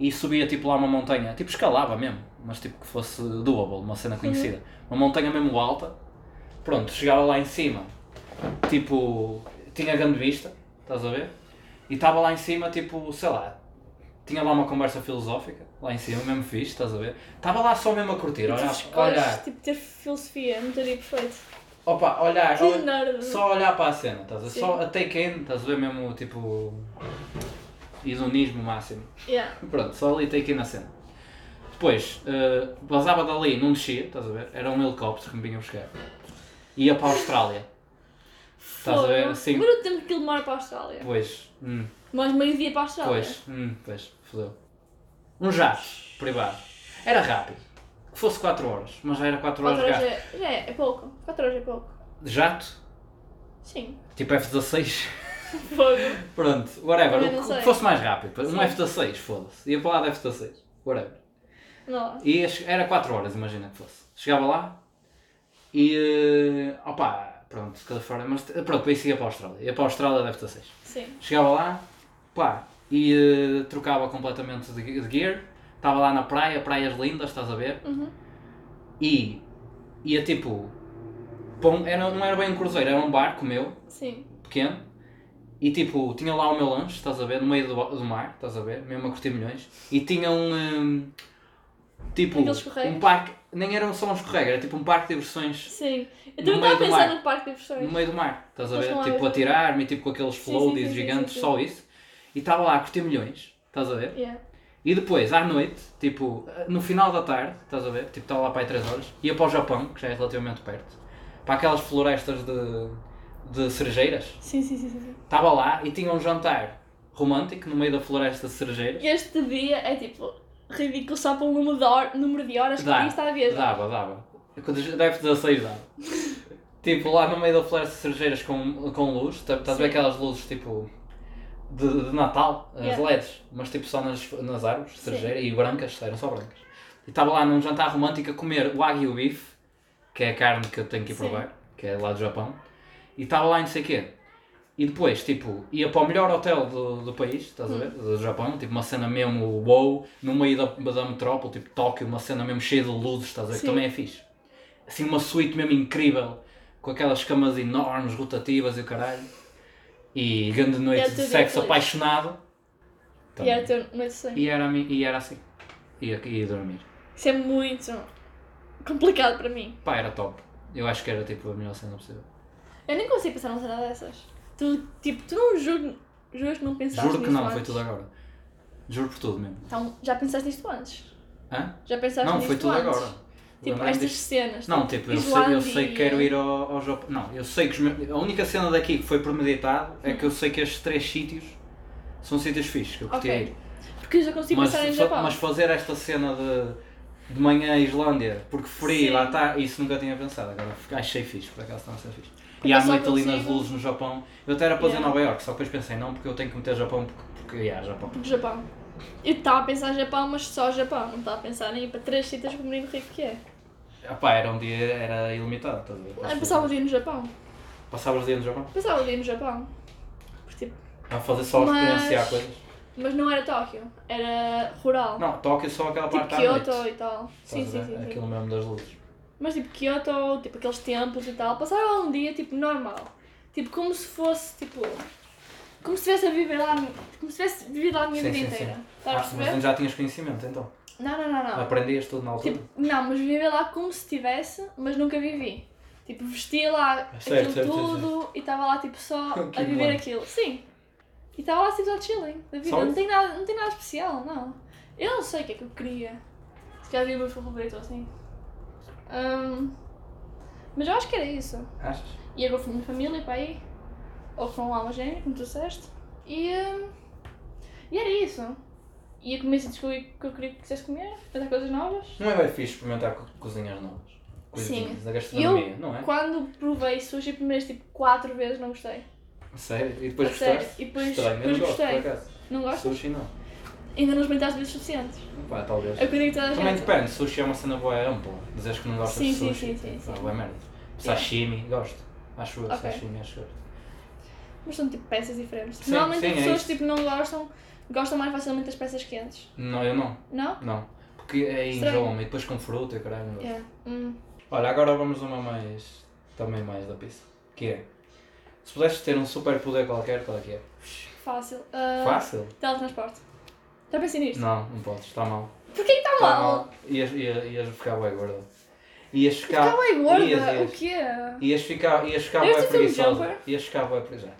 A: e subia tipo lá uma montanha, tipo escalava mesmo, mas tipo que fosse doable, uma
B: Uhum.
A: cena conhecida. Uma montanha mesmo alta, pronto, chegava lá em cima, tipo, tinha grande vista, estás a ver? E estava lá em cima, tipo, sei lá, tinha lá uma conversa filosófica, lá em cima, mesmo fixe, estás a ver? Estava lá só mesmo a curtir,
B: Tu
A: olhar,
B: escolhes,
A: olhar,
B: tipo, ter filosofia, não teria perfeito.
A: opa, olhar,
B: Que
A: olhar-
B: nerd.
A: só olhar para a cena, estás a ver?
B: Sim.
A: Só a take in, estás a ver mesmo, tipo, hedonismo máximo.
B: Yeah.
A: Pronto, só ali take in a cena. Depois, eh, vazava dali, não descia, estás a ver? Era um helicóptero que me vinha buscar. Ia para a Austrália. Estás a ver?
B: Fogo.
A: Sim.
B: Agora o tempo que ele demora para a Austrália.
A: Pois, hum,
B: Mais meio-dia para a Austrália.
A: Pois, hum, pois, fodeu. Um jato privado. Era rápido. Que fosse 4 horas, mas já era 4 horas
B: 4
A: de
B: horas
A: gato.
B: é, já é, é pouco. 4 horas é pouco.
A: De jato,
B: Sim.
A: tipo F-16.
B: Fogo.
A: Pronto, whatever.
B: Também
A: O
B: não
A: que- o que
B: sei.
A: fosse mais rápido. Um
B: Sim.
A: F-16, foda-se. Ia para lá de F-16. Whatever.
B: Não.
A: E ia che- era 4 horas, imagina que fosse. Chegava lá e. eh, opá, pronto, de cada forma. Mas pronto, depois ia para a Austrália. Ia para a Austrália de F-16.
B: Sim.
A: Chegava lá, pá, e eh, trocava completamente de, de gear. Estava lá na praia, praias lindas, estás a ver?
B: Uhum.
A: E ia tipo. para um- era, não era bem um cruzeiro, era um barco meu,
B: Sim.
A: pequeno. E tipo, tinha lá o meu lanche, estás a ver? No meio do, do mar, estás a ver? Mesmo a curtir milhões. E tinha um. hum, tipo.
B: Aqueles escorregas?
A: Um parque. Nem era só um escorrega, era tipo um parque de diversões
B: Sim. Eu
A: No
B: também
A: meio
B: estava
A: do
B: a
A: mar.
B: pensar no parque de
A: no
B: diversões.
A: meio do mar, estás a
B: Mas
A: ver?
B: não há
A: Tipo,
B: mesmo.
A: a tirar-me, tipo com aqueles
B: sim, sim,
A: floaties
B: sim, sim,
A: gigantes,
B: sim.
A: só isso. E estava lá a curtir milhões, estás a ver?
B: Yeah.
A: E depois, à noite, tipo, no final da tarde, estás a ver? Tipo, estava lá para aí 3 horas, ia para o Japão, que já é relativamente perto, para aquelas florestas de, de cerejeiras.
B: Sim, sim, sim, sim, sim.
A: Estava lá e tinha um jantar romântico no meio da floresta de cerejeiras.
B: E Este dia é tipo ridículo só para o número de, hor- número de horas que
A: Dá.
B: o dia está a viajar.
A: Dava, dava. É Quando deve 16 dava. tipo, lá no meio da floresta de cerejeiras com, com luz, tá- estás a ver
B: Sim.
A: aquelas luzes tipo de, de Natal, as
B: Yeah.
A: LEDs, mas tipo só nas, nas árvores de cerejeira e brancas, eram só brancas. E estava lá num jantar romântico a comer wagyu beef, que é a carne que eu tenho que ir
B: Sim.
A: provar, que é lá do Japão, e estava lá em não sei quê. E depois, tipo, ia para o melhor hotel do, do país, estás a ver?
B: Hum.
A: Do Japão, tipo, uma cena mesmo wow, no meio da, da metrópole, tipo Tóquio, uma cena mesmo cheia de luzes, estás a ver? Que
B: Sim.
A: também é fixe. Assim, uma suíte mesmo incrível, com aquelas camas enormes, rotativas e o caralho. E grande noite
B: É
A: de
B: tudo
A: sexo
B: incluído.
A: apaixonado.
B: E é era teu noite de sonho.
A: E era, mi- e era assim. Ia, ia dormir.
B: Isso é muito complicado para mim.
A: Pá, era top. Eu acho que era tipo a melhor cena possível.
B: Eu nem consigo pensar numa cena dessas. Tu, tipo, tu não juro, juras que não pensaste
A: Juro que
B: nisso
A: não, foi
B: antes?
A: tudo agora. Juro por tudo mesmo.
B: Então, já pensaste nisto antes?
A: Hã?
B: Já pensaste
A: não,
B: nisto
A: foi tudo
B: antes?
A: agora.
B: Tipo,
A: Lembrei-me
B: estas
A: disto.
B: cenas.
A: Não, tipo, eu sei, eu sei que quero ir ao, ao Japão. Não, eu sei que os meus- a única cena daqui que foi premeditado é
B: Hum.
A: que eu sei que estes três sítios são sítios fixes que eu curti
B: tipo, Ok.
A: ir.
B: Porque eu já consigo
A: Mas,
B: pensar em
A: só-
B: Japão.
A: mas fazer esta cena de, de manhã à Islândia, porque frio
B: Sim.
A: lá está, isso nunca tinha pensado. Agora fiquei- achei fixe, por acaso está a ser fixe.
B: Porque
A: E à
B: eu só
A: noite ali nas
B: consigo-
A: luzes no Japão, eu até era para dizer
B: Yeah.
A: Nova York, só que depois pensei, não, porque eu tenho que meter Japão, porque, porque yeah, Japão.
B: Do Japão. Eu estava a pensar em Japão, mas só Japão. Não estava a pensar em ir para três sítios como o menino rico que é.
A: Epá, era um dia, era ilimitado, estás a ver?
B: Eu pensava um dia no Japão.
A: Passavas o dia no Japão?
B: Passava o dia no Japão. Por, tipo,
A: A fazer só
B: Mas-
A: experienciar coisas?
B: mas não era Tóquio, era rural.
A: Não, Tóquio só aquela
B: tipo
A: parte à noite.
B: Kyoto e tal. Sim,
A: Estás a
B: sim,
A: ver?
B: sim, sim.
A: Aquilo mesmo das luzes.
B: Mas tipo Kyoto, tipo aqueles templos e tal, passava um dia tipo normal. Tipo como se fosse tipo. Como se estivesse a viver lá. Como se tivesse vivido lá a minha
A: Sim,
B: vida
A: sim,
B: inteira.
A: sim.
B: Estás Tá a
A: Ah, mas
B: perceber?
A: tu já tinhas conhecimento então?
B: Não, não, não, não.
A: Aprendias tudo na altura?
B: Tipo, não, mas vivia lá como se tivesse, mas nunca vivi. Tipo, vestia lá
A: Ah, Certo,
B: aquilo
A: certo,
B: tudo
A: certo,
B: e estava lá tipo só
A: Que
B: a viver
A: bom.
B: aquilo. Sim. E estava lá tipo só chilling. Da vida.
A: Só
B: Não,
A: isso?
B: tem nada, não tem nada especial, não. Eu não sei o que é que eu queria. Se calhar havia o meu favorito ou assim. Hum, mas eu acho que era isso.
A: Achas?
B: E agora fui minha família para aí. Ou com uma alma gêmea, como tu disseste. E, hum, e era isso. E eu comecei a descobrir o que eu queria que quisesse comer, fazer coisas novas.
A: Não é bem fixe experimentar co- cozinhas novas? Coisinhas da gastronomia, não é?
B: Quando provei sushi primeiras tipo 4 vezes não gostei.
A: Sério? E depois
B: A sério,
A: gostaste?
B: e depois-
A: Estranho, eu
B: depois
A: não gosto, por
B: gostei.
A: acaso.
B: Não gostas?
A: Sushi não.
B: Ainda não experimentaste vezes suficientes.
A: Pá, talvez.
B: É o que eu digo a toda a
A: Também
B: gente.
A: depende, sushi é uma cena boa ampla. Dizes que não gostas
B: Sim,
A: de
B: sim,
A: sushi.
B: sim, sim,
A: pá,
B: sim.
A: bué merda. Sashimi, gosto. Acho eu,
B: Ok.
A: sashimi, acho eu.
B: Mas são tipo peças diferentes.
A: Sim,
B: Normalmente
A: sim,
B: as
A: é
B: pessoas
A: isso.
B: tipo, não gostam, gostam mais facilmente das peças quentes.
A: Não, eu não.
B: Não?
A: Não. Porque é
B: Estranho.
A: enjoa-me e depois com fruta, eu caralho. não gosto.
B: É. Hum.
A: Olha, agora vamos a uma mais. também mais da pizza. Que é. Se pudesses ter um super poder qualquer, qual é que é?
B: Fácil. Ah,
A: Fácil?
B: Teletransporte. Já pensei nisto?
A: Não, não podes, está mal.
B: Porquê que está
A: Tá
B: mal?
A: Ias, ia- ias ficar bem gorda. Ias ficar.
B: Está Tá bem gorda.
A: Ias, ias.
B: O quê?
A: Ias ficar, ias ficar
B: Eu
A: bem
B: tive um
A: preguiçosa.
B: jumper.
A: Ias ficar bem preguiçosa.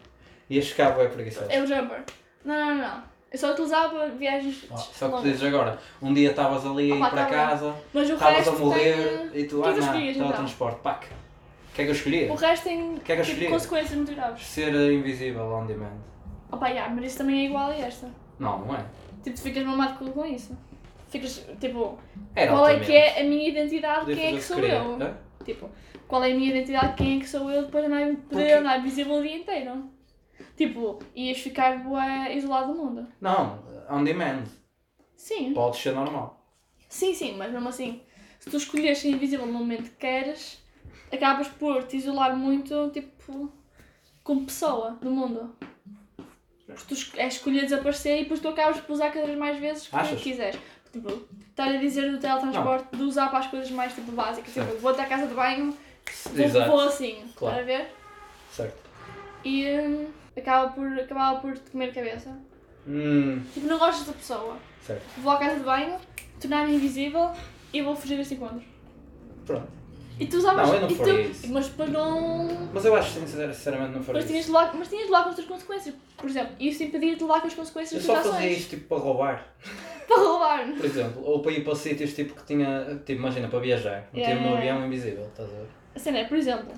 A: Ias ficar bem preguiçosa.
B: É o jumper. Não, não, não, não. Eu só utilizava viagens
A: Oh,
B: longas.
A: Só que tu dizes agora, um dia estavas ali
B: Opa,
A: para
B: tá bem.
A: casa,
B: Mas o
A: estavas
B: resto
A: a morrer
B: tem...
A: e tu,
B: O que
A: ah
B: é que
A: não,
B: escolhias, então?
A: teletransporte, pac. O que é que eu escolhi?
B: O resto tem
A: que é que eu escolhi?
B: tipo, consequências muito graves.
A: Ser invisível on demand.
B: Opa, yeah, mas isso também é igual a esta.
A: Não, não é?
B: Tipo, tu ficas mamado com, com isso. Ficas, tipo,
A: Era
B: qual é
A: altamente.
B: que é a minha identidade,
A: Podia
B: quem é que
A: fazer
B: sou
A: o né? queria,
B: eu?
A: hã?
B: Tipo, qual é a minha identidade, quem é que sou eu, depois andar,
A: Porque-
B: poder andar visível o dia inteiro. Tipo, ias ficar bué isolado do mundo.
A: Não, on demand.
B: Sim,
A: Podes ser normal.
B: sim, sim, mas mesmo assim, se tu escolheres ser invisível no momento que queres, acabas por te isolar muito, tipo, como pessoa do mundo. Porque tu es- é escolher desaparecer e depois tu acabas por usar cada vez mais vezes o que
A: Achas?
B: quiseres. Tipo, estar a dizer do teletransporte, de usar para as coisas mais tipo básicas. Tipo,
A: Certo.
B: vou até a casa de banho, vou,
A: Exato.
B: vou assim,
A: Claro.
B: para ver?
A: Certo.
B: E hum, acaba por, acabava por te comer a cabeça.
A: Hum,
B: Tipo, não gostas da pessoa.
A: certo.
B: Vou à casa de banho, tornar-me invisível e vou fugir desse encontro.
A: Pronto.
B: E tu usavas.
A: Não, eu não
B: e
A: faria
B: tu-
A: isso.
B: Mas depois não.
A: Mas eu acho sincer- sinceramente não faria
B: Mas tinhas,
A: isso.
B: de lá, mas tinhas de lá com as tuas consequências. Por exemplo, isso impedia de lá com as consequências
A: Eu
B: das
A: só
B: tuas
A: fazia
B: ações.
A: isto tipo para roubar,
B: Para roubar-me.
A: por exemplo, ou para ir para sítios tipo que tinha, tipo imagina, para viajar,
B: Yeah,
A: meter-me no
B: yeah, yeah.
A: avião invisível, estás a ver?
B: A cena é, por exemplo,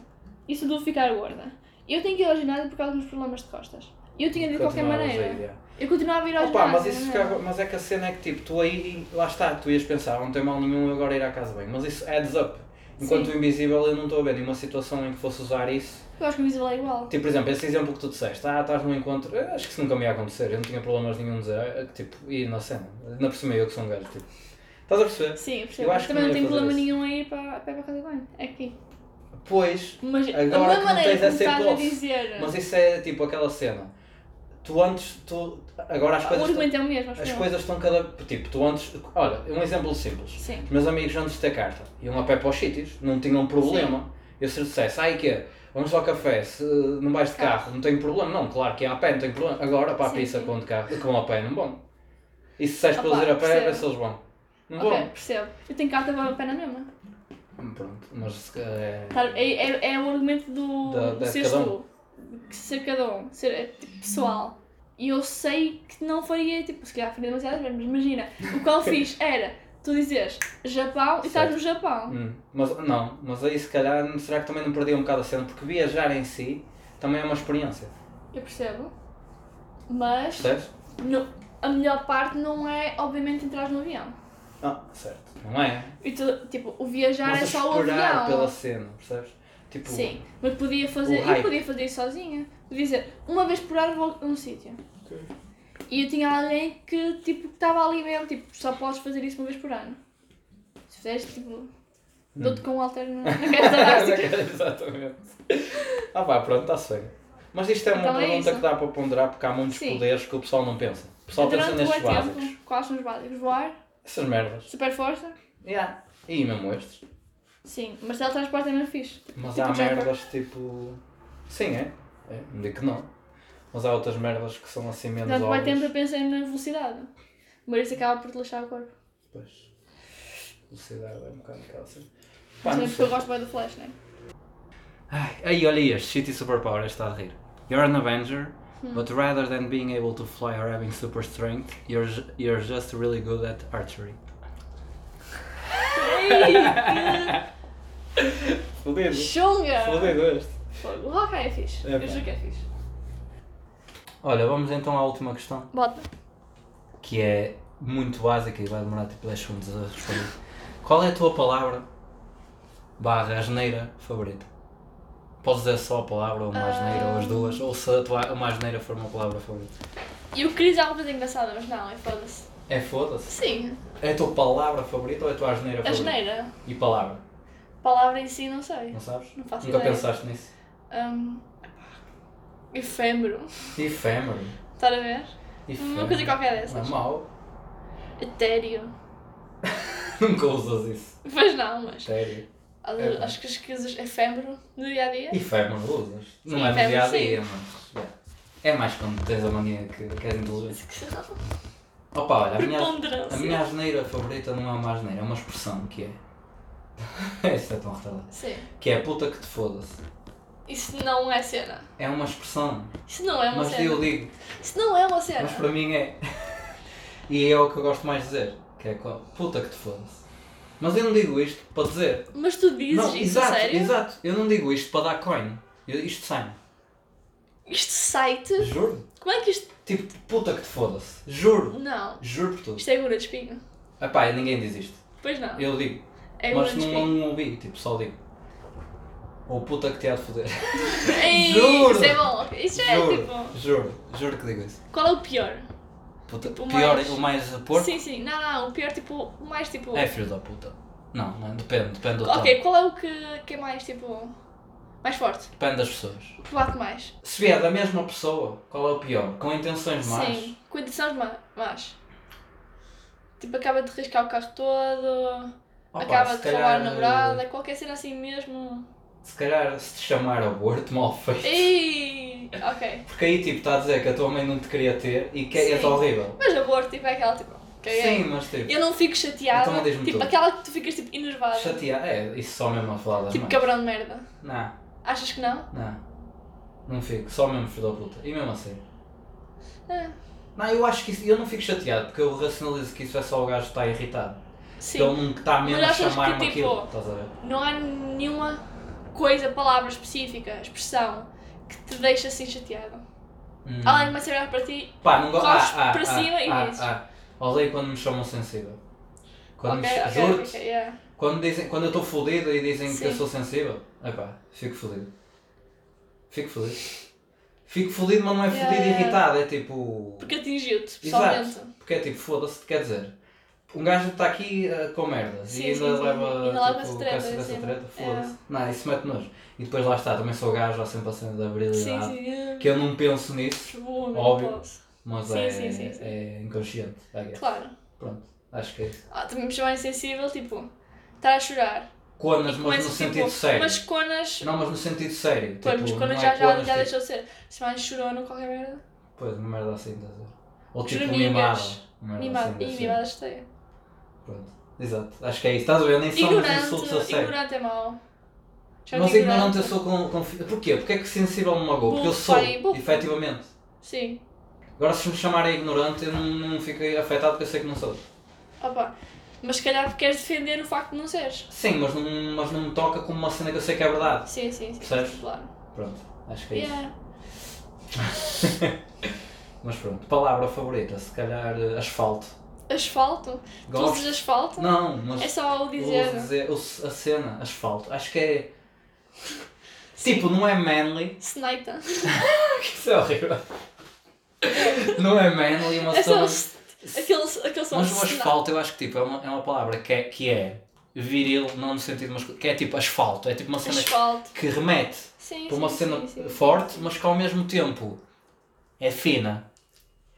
B: isso de eu ficar gorda. Eu tenho que ir ao ginásio por causa dos meus problemas de costas. Eu tinha de ir de qualquer
A: Continuavas a
B: maneira.
A: ir, yeah.
B: Eu continuava a ir ao
A: Opa, mas
B: ginásio.
A: isso
B: não é?
A: ficava, mas é que a cena é que tipo, tu aí, lá está, tu ias pensar, "Ah, não tem mal nenhum eu agora ir à casa bem, mas isso adds up. Enquanto
B: Sim.
A: o invisível eu não estou a ver nenhuma situação em que fosse usar isso.
B: Eu acho que o invisível é igual.
A: Tipo, por exemplo, esse exemplo que tu disseste, ah, estás num encontro, eu acho que isso nunca me ia acontecer, eu não tinha problemas nenhum de dizer, ah, tipo, ir na cena, ainda por cima eu que sou um gajo, tipo. Estás a perceber?
B: Sim, eu percebo.
A: Eu acho que
B: Também
A: não
B: não
A: ia
B: tenho
A: fazer
B: problema
A: isso.
B: nenhum a ir para, para a casa de banho. É aqui.
A: Pois,
B: Mas
A: Agora
B: a
A: que não
B: minha maneira
A: tens
B: como
A: essa
B: estás a
A: hipótese.
B: dizer.
A: mas isso é tipo aquela cena. Tu antes, tu, agora as
B: o
A: coisas,
B: argumento é o mesmo, acho
A: as
B: eu.
A: coisas estão cada, tipo, tu antes, olha, um exemplo simples.
B: Sim.
A: Os meus amigos antes da carta iam a pé para os sítios, não tinham problema. Eu se lhes dissesse, ai que é, vamos ao café, se eh, não vais de carro, não tenho problema. Não, claro que é a pé, não tenho problema. Agora para a
B: Sim,
A: pizza
B: sim.
A: com, de carro, com a pé não vão. E se disseste para eles
B: Opa,
A: ir a pé, a ver
B: percebo.
A: se eles vão. Não
B: Ok, percebo. Eu tenho carta para a pena mesmo.
A: vão. Pronto, mas se calhar é.
B: Tá, É, é, é o argumento do,
A: Da-
B: do
A: da
B: seres
A: cada um.
B: tu. Que Ser cada um. Ser é, tipo, pessoal. E eu sei que não faria, tipo, se calhar faria demasiadas vezes, mas imagina. O que eu fiz era, tu dizes Japão e estás no Japão.
A: Hum, Mas não, mas aí se calhar será que também não perdi um bocado a cena, porque viajar em si também é uma experiência.
B: Eu percebo. Mas
A: Percebes?
B: no- a melhor parte não é, obviamente, entrar no avião.
A: Ah, certo. Não é?
B: E tu, tipo, o viajar
A: mas
B: é só o
A: esperar
B: avião.
A: pela cena, percebes? Tipo,
B: Sim, mas podia fazer,
A: hype.
B: eu podia fazer isso sozinha. Podia dizer, uma vez por ano vou a um sítio. E eu tinha alguém que
A: Hum.
B: tipo que estava ali mesmo, tipo, só podes fazer isso uma vez por ano. Se fizeres tipo, Dou-te com um alterno na cabeça é? da elástica.
A: Exatamente. Ah pá, pronto, está-se bem. Mas isto é uma
B: Então é
A: pergunta
B: isso.
A: que dá para ponderar porque há muitos
B: Sim.
A: poderes que o pessoal não pensa. O pessoal pensa
B: Então, Durante o
A: nestes
B: tempo,
A: básicos.
B: quais são os básicos? Voar,
A: Essas merdas.
B: super força.
A: Yeah. E mesmo estes.
B: Sim, mas teletransporte é mesmo fixe.
A: Mas
B: Tipo
A: há
B: Joker.
A: merdas tipo. Sim, é. é. Não digo que não. Mas há outras merdas que são assim menos
B: Durante o é
A: óbvias.
B: tempo eu pensei na velocidade. Mas isso acaba por te lixar o corpo.
A: Pois. Velocidade é um bocado aquela cena. Pá,
B: Mas não
A: não
B: é porque eu
A: sei.
B: gosto bem do Flash, né?
A: Ai, aí, olha este, City Superpower, está a rir. You're an Avenger, but rather than being able to fly or having super strength, you're, ju- you're just really good at archery.
B: Ei, que
A: Fodido.
B: chunga!
A: este.
B: O Rock é fixe.
A: É
B: eu
A: pá.
B: juro que é fixe.
A: Olha, vamos então à última questão,
B: Bota.
A: que é muito básica e vai demorar tipo 10 segundos a responder. Qual é a tua palavra barra asneira favorita? Podes dizer só a palavra, ou uma asneira, ou as duas, ou se a tua uma asneira for uma palavra favorita.
B: E o Chris é uma coisa engraçada, mas não, é foda-se.
A: É foda-se.
B: Sim,
A: É a tua palavra favorita ou é a tua asneira
B: a
A: favorita?
B: geneira.
A: E palavra?
B: Palavra em si, não sei.
A: Não sabes?
B: Não faço
A: Nunca
B: ideia.
A: pensaste nisso?
B: Hum, efêmero.
A: Efêmero.
B: Estás a ver? Uma coisa qualquer
A: Não é
B: dessas.
A: mau.
B: Etéreo.
A: Nunca usas isso.
B: Pois não, mas.
A: Sério. É,
B: Acho que as coisas efêmero no dia a dia.
A: Efêmero usas. não é no
B: efêmero,
A: dia a dia, mas. yeah. É mais quando tens a mania que, que és inteligente. Opa, olha, a minha, a
B: Preponderância.
A: minha asneira favorita não é uma asneira, é uma expressão que é. Isto é tão retardado.
B: Sim.
A: Que é puta que te foda-se.
B: Isso não é cena.
A: É uma expressão.
B: Isso não é uma
A: mas
B: cena.
A: eu digo,
B: Isso não é uma cena.
A: mas para mim é. e é o que eu gosto mais de dizer. Que é co- puta que te foda-se. Mas eu não digo isto para dizer.
B: Mas tu dizes
A: Não,
B: isso,
A: exato,
B: sério?
A: exato. Eu não digo isto para dar coin. Eu, isto sai
B: Isto site?
A: Juro.
B: Como é que isto.
A: Tipo, puta que te foda-se. Juro.
B: Não.
A: Juro por tudo.
B: Isto é gura de espinho.
A: Epá, ninguém diz isto.
B: Pois não.
A: Eu digo.
B: É gura
A: mas
B: de
A: não,
B: espinho.
A: não ouvi. Tipo, só digo. Ou puta que te há de foder.
B: Ei,
A: Juro.
B: Isso é bom. ok. Isso é
A: juro,
B: tipo.
A: juro. Juro que digo isso.
B: Qual é o pior?
A: Puta,
B: Tipo,
A: pior,
B: mais-
A: o mais a porco
B: Sim, sim. Não, não. O pior, tipo. O mais tipo.
A: é filho da puta. Não, não, depende. Depende do
B: ok,
A: tom.
B: qual é o que, que é mais tipo. Mais forte?
A: Depende das pessoas.
B: Que bate mais?
A: Se vier da mesma pessoa, qual é o pior? Com intenções más.
B: Sim, condições ma- más. Tipo, acaba de riscar o carro todo,
A: Opa,
B: acaba
A: se
B: de roubar a
A: calhar- eh,
B: namorada, qualquer cena assim mesmo.
A: Se calhar se te chamar aborto, mal feito.
B: Ei! Ok.
A: Porque aí tipo está a dizer que a tua mãe não te queria ter e que és
B: Sim.
A: horrível.
B: Mas aborto, tipo, é aquela tipo. caguei.
A: Sim, mas tipo,
B: Eu não fico chateada.
A: Então diz-me
B: tipo,
A: tudo.
B: aquela que tu ficas tipo enervada.
A: chatear. É, isso só mesmo a falar das
B: Tipo,
A: mães.
B: cabrão de merda.
A: Não,
B: Achas que não?
A: não. Não fico, só mesmo filho da puta. E mesmo assim.
B: Ah,
A: Não, eu acho que isso, eu não fico chateado porque eu racionalizo que isso é só o gajo que está irritado. é
B: sim.
A: Que ele não está mesmo
B: Mas
A: a
B: achas que,
A: chamar-me
B: tipo,
A: aquilo. Estás a ver?
B: Não há nenhuma coisa, palavra específica, expressão, que te deixa assim chateado.
A: Hum.
B: Além de mais olhar para ti,
A: Pá, não gosto.
B: cospe
A: Ah, ah,
B: para
A: ah,
B: cima e
A: ah,
B: dizes.
A: ah. Odeio quando me chamam sensível. Quando
B: ok,
A: me
B: ok,
A: juro
B: ok, yeah.
A: Quando, dizem, quando eu estou fodido e dizem que
B: Sim.
A: eu sou sensível, epá, fico fodido. Fico fodido. Fico fodido, mas não é
B: Yeah,
A: fodido
B: yeah.
A: irritado, é tipo.
B: Porque atingiu-te, pessoalmente.
A: Exato. Porque é tipo, foda-se, quer dizer. Um gajo está aqui eh, com merdas
B: Sim,
A: e ainda
B: sim, sim.
A: leva
B: Ainda leva
A: tipo,
B: essa treta É.
A: cacete
B: em
A: dessa
B: cima.
A: treta, foda-se.
B: Yeah.
A: Não, isso mete nojo. E depois lá está, também sou gajo, há sempre a cena da
B: Sim,
A: virilidade.
B: sim.
A: Que eu não penso nisso,
B: Óbvio.
A: Óbvio.
B: Posso.
A: mas
B: Sim,
A: é,
B: sim, sim, sim.
A: é inconsciente. I guess.
B: Claro.
A: Pronto, acho que é isso.
B: Ah, também me chamar insensível, tipo, estar a chorar.
A: Conas,
B: E
A: mas
B: começa,
A: no
B: tipo,
A: sentido sério.
B: Mas conas.
A: Não, mas no sentido sério.
B: Pois, mas
A: tipo,
B: conas
A: não
B: já,
A: é
B: já,
A: conas,
B: já
A: tipo,
B: deixou de ser. Se mais chorona, qualquer merda.
A: Pois, uma merda assim, estás a ver? Ou tipo
B: Choramingas.
A: mimada. Uma merda
B: Mimada.
A: assim,
B: E
A: assim.
B: mimada esteia.
A: Pronto, exato. Acho que é isso. Estás a ver? Nem são os insultos a
B: Ignorante.
A: sério.
B: Ignorante é mau. Já
A: Mas
B: te
A: ignorante é eu sou com, com... Porquê? Porquê é que sensível me magoou? Porque eu
B: Bufo,
A: sou,
B: aí, bufo.
A: efetivamente.
B: Sim.
A: Agora se me chamarem ignorante eu não, não fico afetado porque eu sei que não sou.
B: Opa. Mas se calhar queres defender o facto de não seres.
A: Sim, mas não, mas não me toca como uma cena que eu sei que é verdade.
B: Sim, sim, sim.
A: Percebes?
B: Claro.
A: Pronto, acho que é isso.
B: Yeah.
A: Mas pronto, palavra favorita, se calhar eh, asfalto.
B: Asfalto? Tu
A: Gosto.
B: usas asfalto?
A: Não, mas
B: É só o
A: Eu
B: dizer.
A: ouso dizer, ouço a cena, asfalto, acho que é. Tipo, não é manly.
B: Snaita.
A: Isso é horrível. não é manly, uma
B: É só
A: pessoa.
B: o. Aquele, aquele som.
A: Mas o
B: sna-
A: asfalto eu acho que tipo, é, uma, é uma palavra que é, que é viril, não no sentido masculino, que é tipo asfalto, é tipo uma cena
B: Asfalto.
A: que remete
B: Sim,
A: para uma
B: sim,
A: cena
B: sim, sim.
A: forte, mas que ao mesmo tempo é fina.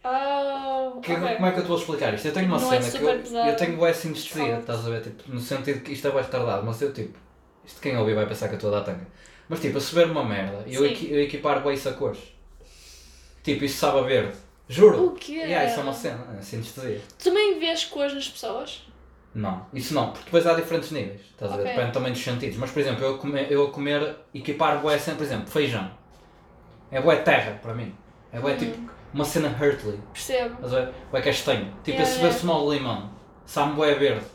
B: Ah,
A: Que-
B: ok.
A: Como é que eu estou a explicar isto? Eu tenho uma
B: Não é
A: cena que
B: super
A: eu,
B: pesado.
A: eu tenho bué sinestesia,
B: Fala.
A: estás a ver? Tipo, no sentido que isto é bué retardado, mas eu tipo, isto quem ouvir vai pensar que eu estou a dar tanga. Mas tipo, a se ver uma merda, eu,
B: Sim.
A: equi- eu equipar bué isso a cores. Tipo, isso sabe a verde. Juro!
B: O quê?
A: Yeah, isso é uma cena, é sinestesia.
B: Tu também vês cores nas pessoas?
A: Não, isso não, porque depois há diferentes níveis, estás a
B: Ok.
A: ver? Depende também dos sentidos. Mas por exemplo, eu a comer, eu a comer equipar bué sempre, por exemplo, feijão. É bué terra para mim. É
B: Hum.
A: bué tipo uma cena Hurtley.
B: Percebo.
A: Estás a ver? Ou é castanho. Tipo,
B: Yeah,
A: esse
B: yeah.
A: vê-se mal de limão. Sabe é verde.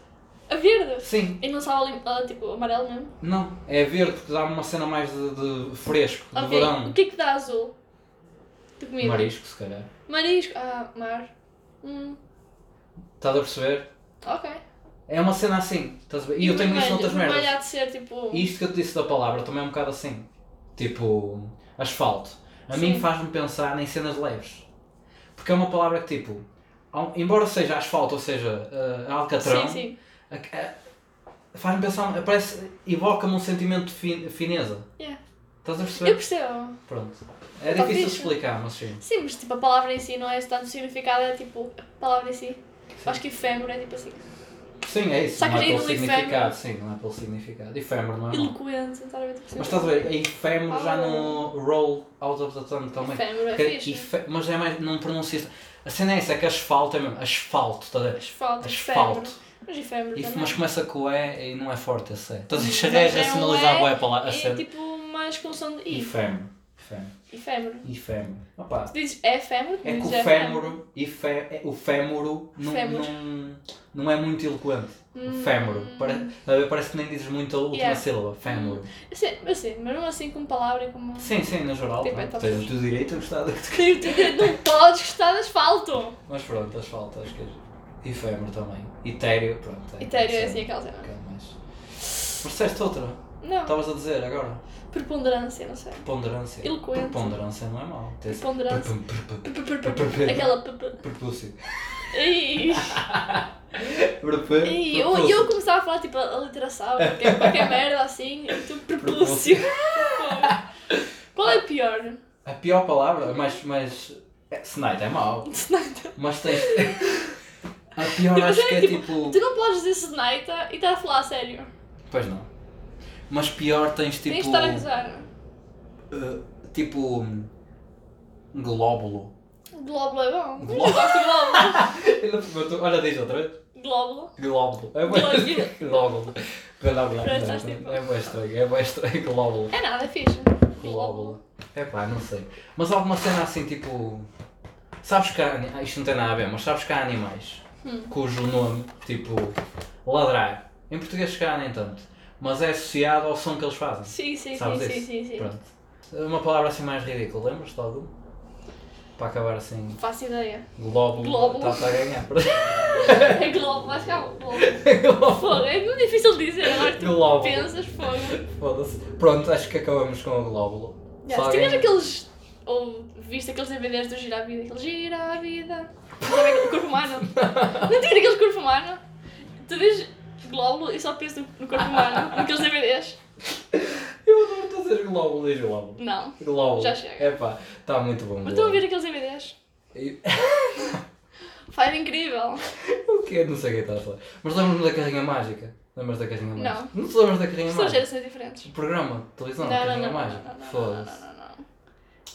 B: A verde.
A: Sim.
B: E não sabe ali, ah, tipo, amarelo mesmo?
A: Não, é verde porque dá uma cena mais de, de fresco, de
B: Ok. O
A: verão.
B: que é que dá azul? De comida?
A: Marisco, se calhar.
B: Marisco. Ah, mar. Hum,
A: Estás a perceber?
B: ok.
A: É uma cena assim. Estás a ver? E eu tenho isso
B: vermelho-
A: noutras
B: vermelho
A: merdas.
B: há de ser, tipo...
A: E isto que eu te disse da palavra também é um bocado assim. Tipo, asfalto. A
B: Sim.
A: mim faz-me pensar em cenas leves. Porque é uma palavra que, tipo, há um- embora seja asfalto ou seja ah, alcatrão,
B: Sim, sim.
A: a- a- é, faz-me pensar, é, parece, evoca-me um sentimento de fin- fineza.
B: Yeah.
A: Estás a perceber?
B: Eu percebo.
A: Pronto. É
B: Tá
A: difícil de
B: fixe.
A: explicar, mas sim.
B: Sim, mas tipo, a palavra em si não é esse tanto significado, é tipo, a palavra em si. Acho que efêmero é tipo assim.
A: Sim, é isso.
B: Só
A: não é
B: queria
A: pelo
B: um efêmero.
A: significado. Sim, não é pelo significado. Efêmero não é mal.
B: Eloquente, estás a ver? Tipo, assim.
A: Mas estás a ver, é efêmero já
B: Ah.
A: no roll out of the tongue também.
B: Efêmero é
A: Que é
B: fixe.
A: efe- Mas é mais, não pronuncias. A cena é essa, é que asfalto é mesmo. Asfalto, estás a ver?
B: Asfalto,
A: Asfalto.
B: efêmero. Mas efêmero
A: E,
B: também.
A: mas começa com o E e não é forte esse E. Estás a
B: Mas
A: enxergar
B: é um
A: racionalizar
B: E,
A: o E para lá. A
B: É
A: cena.
B: tipo mais com som de i.
A: Efêmero. Efêmero.
B: Efêmero.
A: Efêmero. Opa,
B: Tu dizes efêmero?
A: É que o
B: dizes efêmero.
A: fémur, e fé- é- o fémur não,
B: Fémur.
A: não, não é muito eloquente.
B: Hum.
A: O fémur. Pare- a ver, parece que nem dizes muito a última
B: Yeah.
A: sílaba. Fémur.
B: Assim, mas sim, mas mesmo assim como palavra e como...
A: Sim, sim, no geral.
B: Tipo,
A: não é?
B: é top.
A: Tens o teu direito a gostar do que tu
B: Não podes gostar de asfalto!
A: Mas pronto, asfalto, acho que é. E fémur também. E téreo, pronto.
B: Etéreo é
A: sim,
B: assim aquela
A: um
B: cena.
A: bocado mais. Mas disseste outra.
B: Não,
A: Estavas a dizer agora.
B: preponderância, não sei.
A: Ponderância.
B: Eloquente.
A: Ponderância não é mau. Tens-
B: Preponderância.
A: Pr- pr- pr-
B: P- p- p- p- Aquela... p- p-
A: pr- Prepúcio.
B: Ei.
A: Prepe-
B: Ei, eu,
A: prepúcio.
B: eu começava a falar tipo a literação, qualquer, qualquer merda assim, e tu prepúcio. Qual é pior?
A: A pior palavra, mas. mas... É, Snipe é mau.
B: Senaita.
A: Mas tens. A pior
B: Mas
A: acho
B: é
A: que é
B: tipo-
A: tipo.
B: Tu não podes dizer Senaita e estar a falar a sério.
A: Pois não. Mas pior tens tipo.
B: Tens de estar a gozar.
A: eh, tipo. hum, Glóbulo.
B: Glóbulo é bom. Eu
A: Glóbulo.
B: não gosto de glóbulo.
A: Olha, diz outra vez.
B: Glóbulo.
A: Glóbulo. É bem. Glóbulo. Glá, glá, glá.
B: Parece que estás tipo-
A: É bem estranho, é bem estranho. Glóbulo.
B: É nada, é fixe.
A: Glóbulo. É pá, não sei. Mas alguma cena assim tipo. Sabes que há. ani- ah, Isto não tem nada a ver, mas sabes que há animais
B: Hum.
A: cujo nome, tipo. Ladrar. Em português, se calhar nem tanto. Mas é associado ao som que eles fazem.
B: Sim, sim, sim,
A: Sabes
B: sim,
A: isso?
B: sim, sim.
A: Pronto. Uma palavra assim mais ridícula, lembras-te de alguma? Para acabar assim,
B: Faço ideia.
A: glóbulo
B: Glóbulo.
A: está a ganhar.
B: É globo, acho que é um globo. Fogo, é muito difícil de dizer agora. Tu
A: Glóbulo.
B: pensas fogo.
A: Foda-se. Pronto, acho que acabamos com o glóbulo.
B: Já,
A: Se
B: se
A: alguém-
B: tiveres aqueles. Ou viste aqueles DVDs do Gira a Vida, aquele Gira a Vida. Sabe aquele corpo humano? Não tinha aquele corpo humano? Tu vês glóbulo e só pensas no- no corpo humano, naqueles DVDs?
A: Eu adoro tu dizer glóbulo e glóbulo.
B: Não.
A: Glóbulo.
B: Já chega.
A: Epá, está muito bom.
B: Mas estão a
A: glóbulo.
B: ver aqueles DVDs?
A: E-
B: Pá, era incrível.
A: O que é? Não sei o que está a falar. Mas lembras-me da carrinha mágica? Lembras da carrinha
B: Não.
A: mágica? Não te lembras da carrinha
B: São
A: mágica?
B: gerações diferentes.
A: O programa de televisão,
B: Não,
A: da
B: não,
A: carrinha
B: não, não, não,
A: mágica.
B: não, não, não,
A: Foda-se.
B: não, não.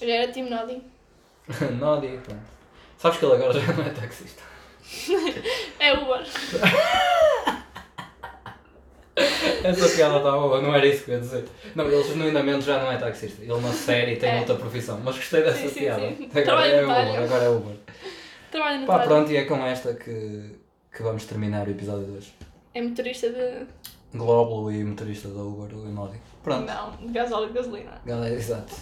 B: Eu já era Tim Nodding.
A: Não digo, pronto. Sabes que ele agora já não é taxista.
B: É Uber.
A: Essa piada estava boa, não era isso que eu ia dizer. Não, ele genuinamente já não é taxista. Ele na série tem
B: É.
A: outra profissão. Mas gostei dessa
B: Sim, sim,
A: piada.
B: sim.
A: Agora
B: Trabalho
A: é
B: notário.
A: Uber, agora é Uber.
B: Trabalho no
A: Pá,
B: Prado.
A: pronto, e é com esta que, que vamos terminar o episódio 2.
B: É motorista de.
A: Glóbulo e motorista da Uber, o Nodi. Pronto,
B: Não, de gasóleo e gasolina.
A: galera, exato.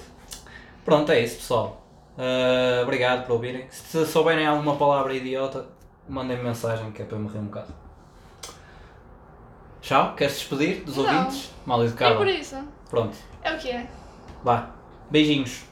A: Pronto, é isso, pessoal. Ah, obrigado por ouvirem. Se souberem alguma palavra idiota, mandem-me mensagem que é para eu morrer um bocado. Tchau, queres despedir dos
B: Não.
A: ouvintes? Mal
B: É
A: educado.
B: por isso.
A: Pronto.
B: É o que é.
A: Vá. Beijinhos.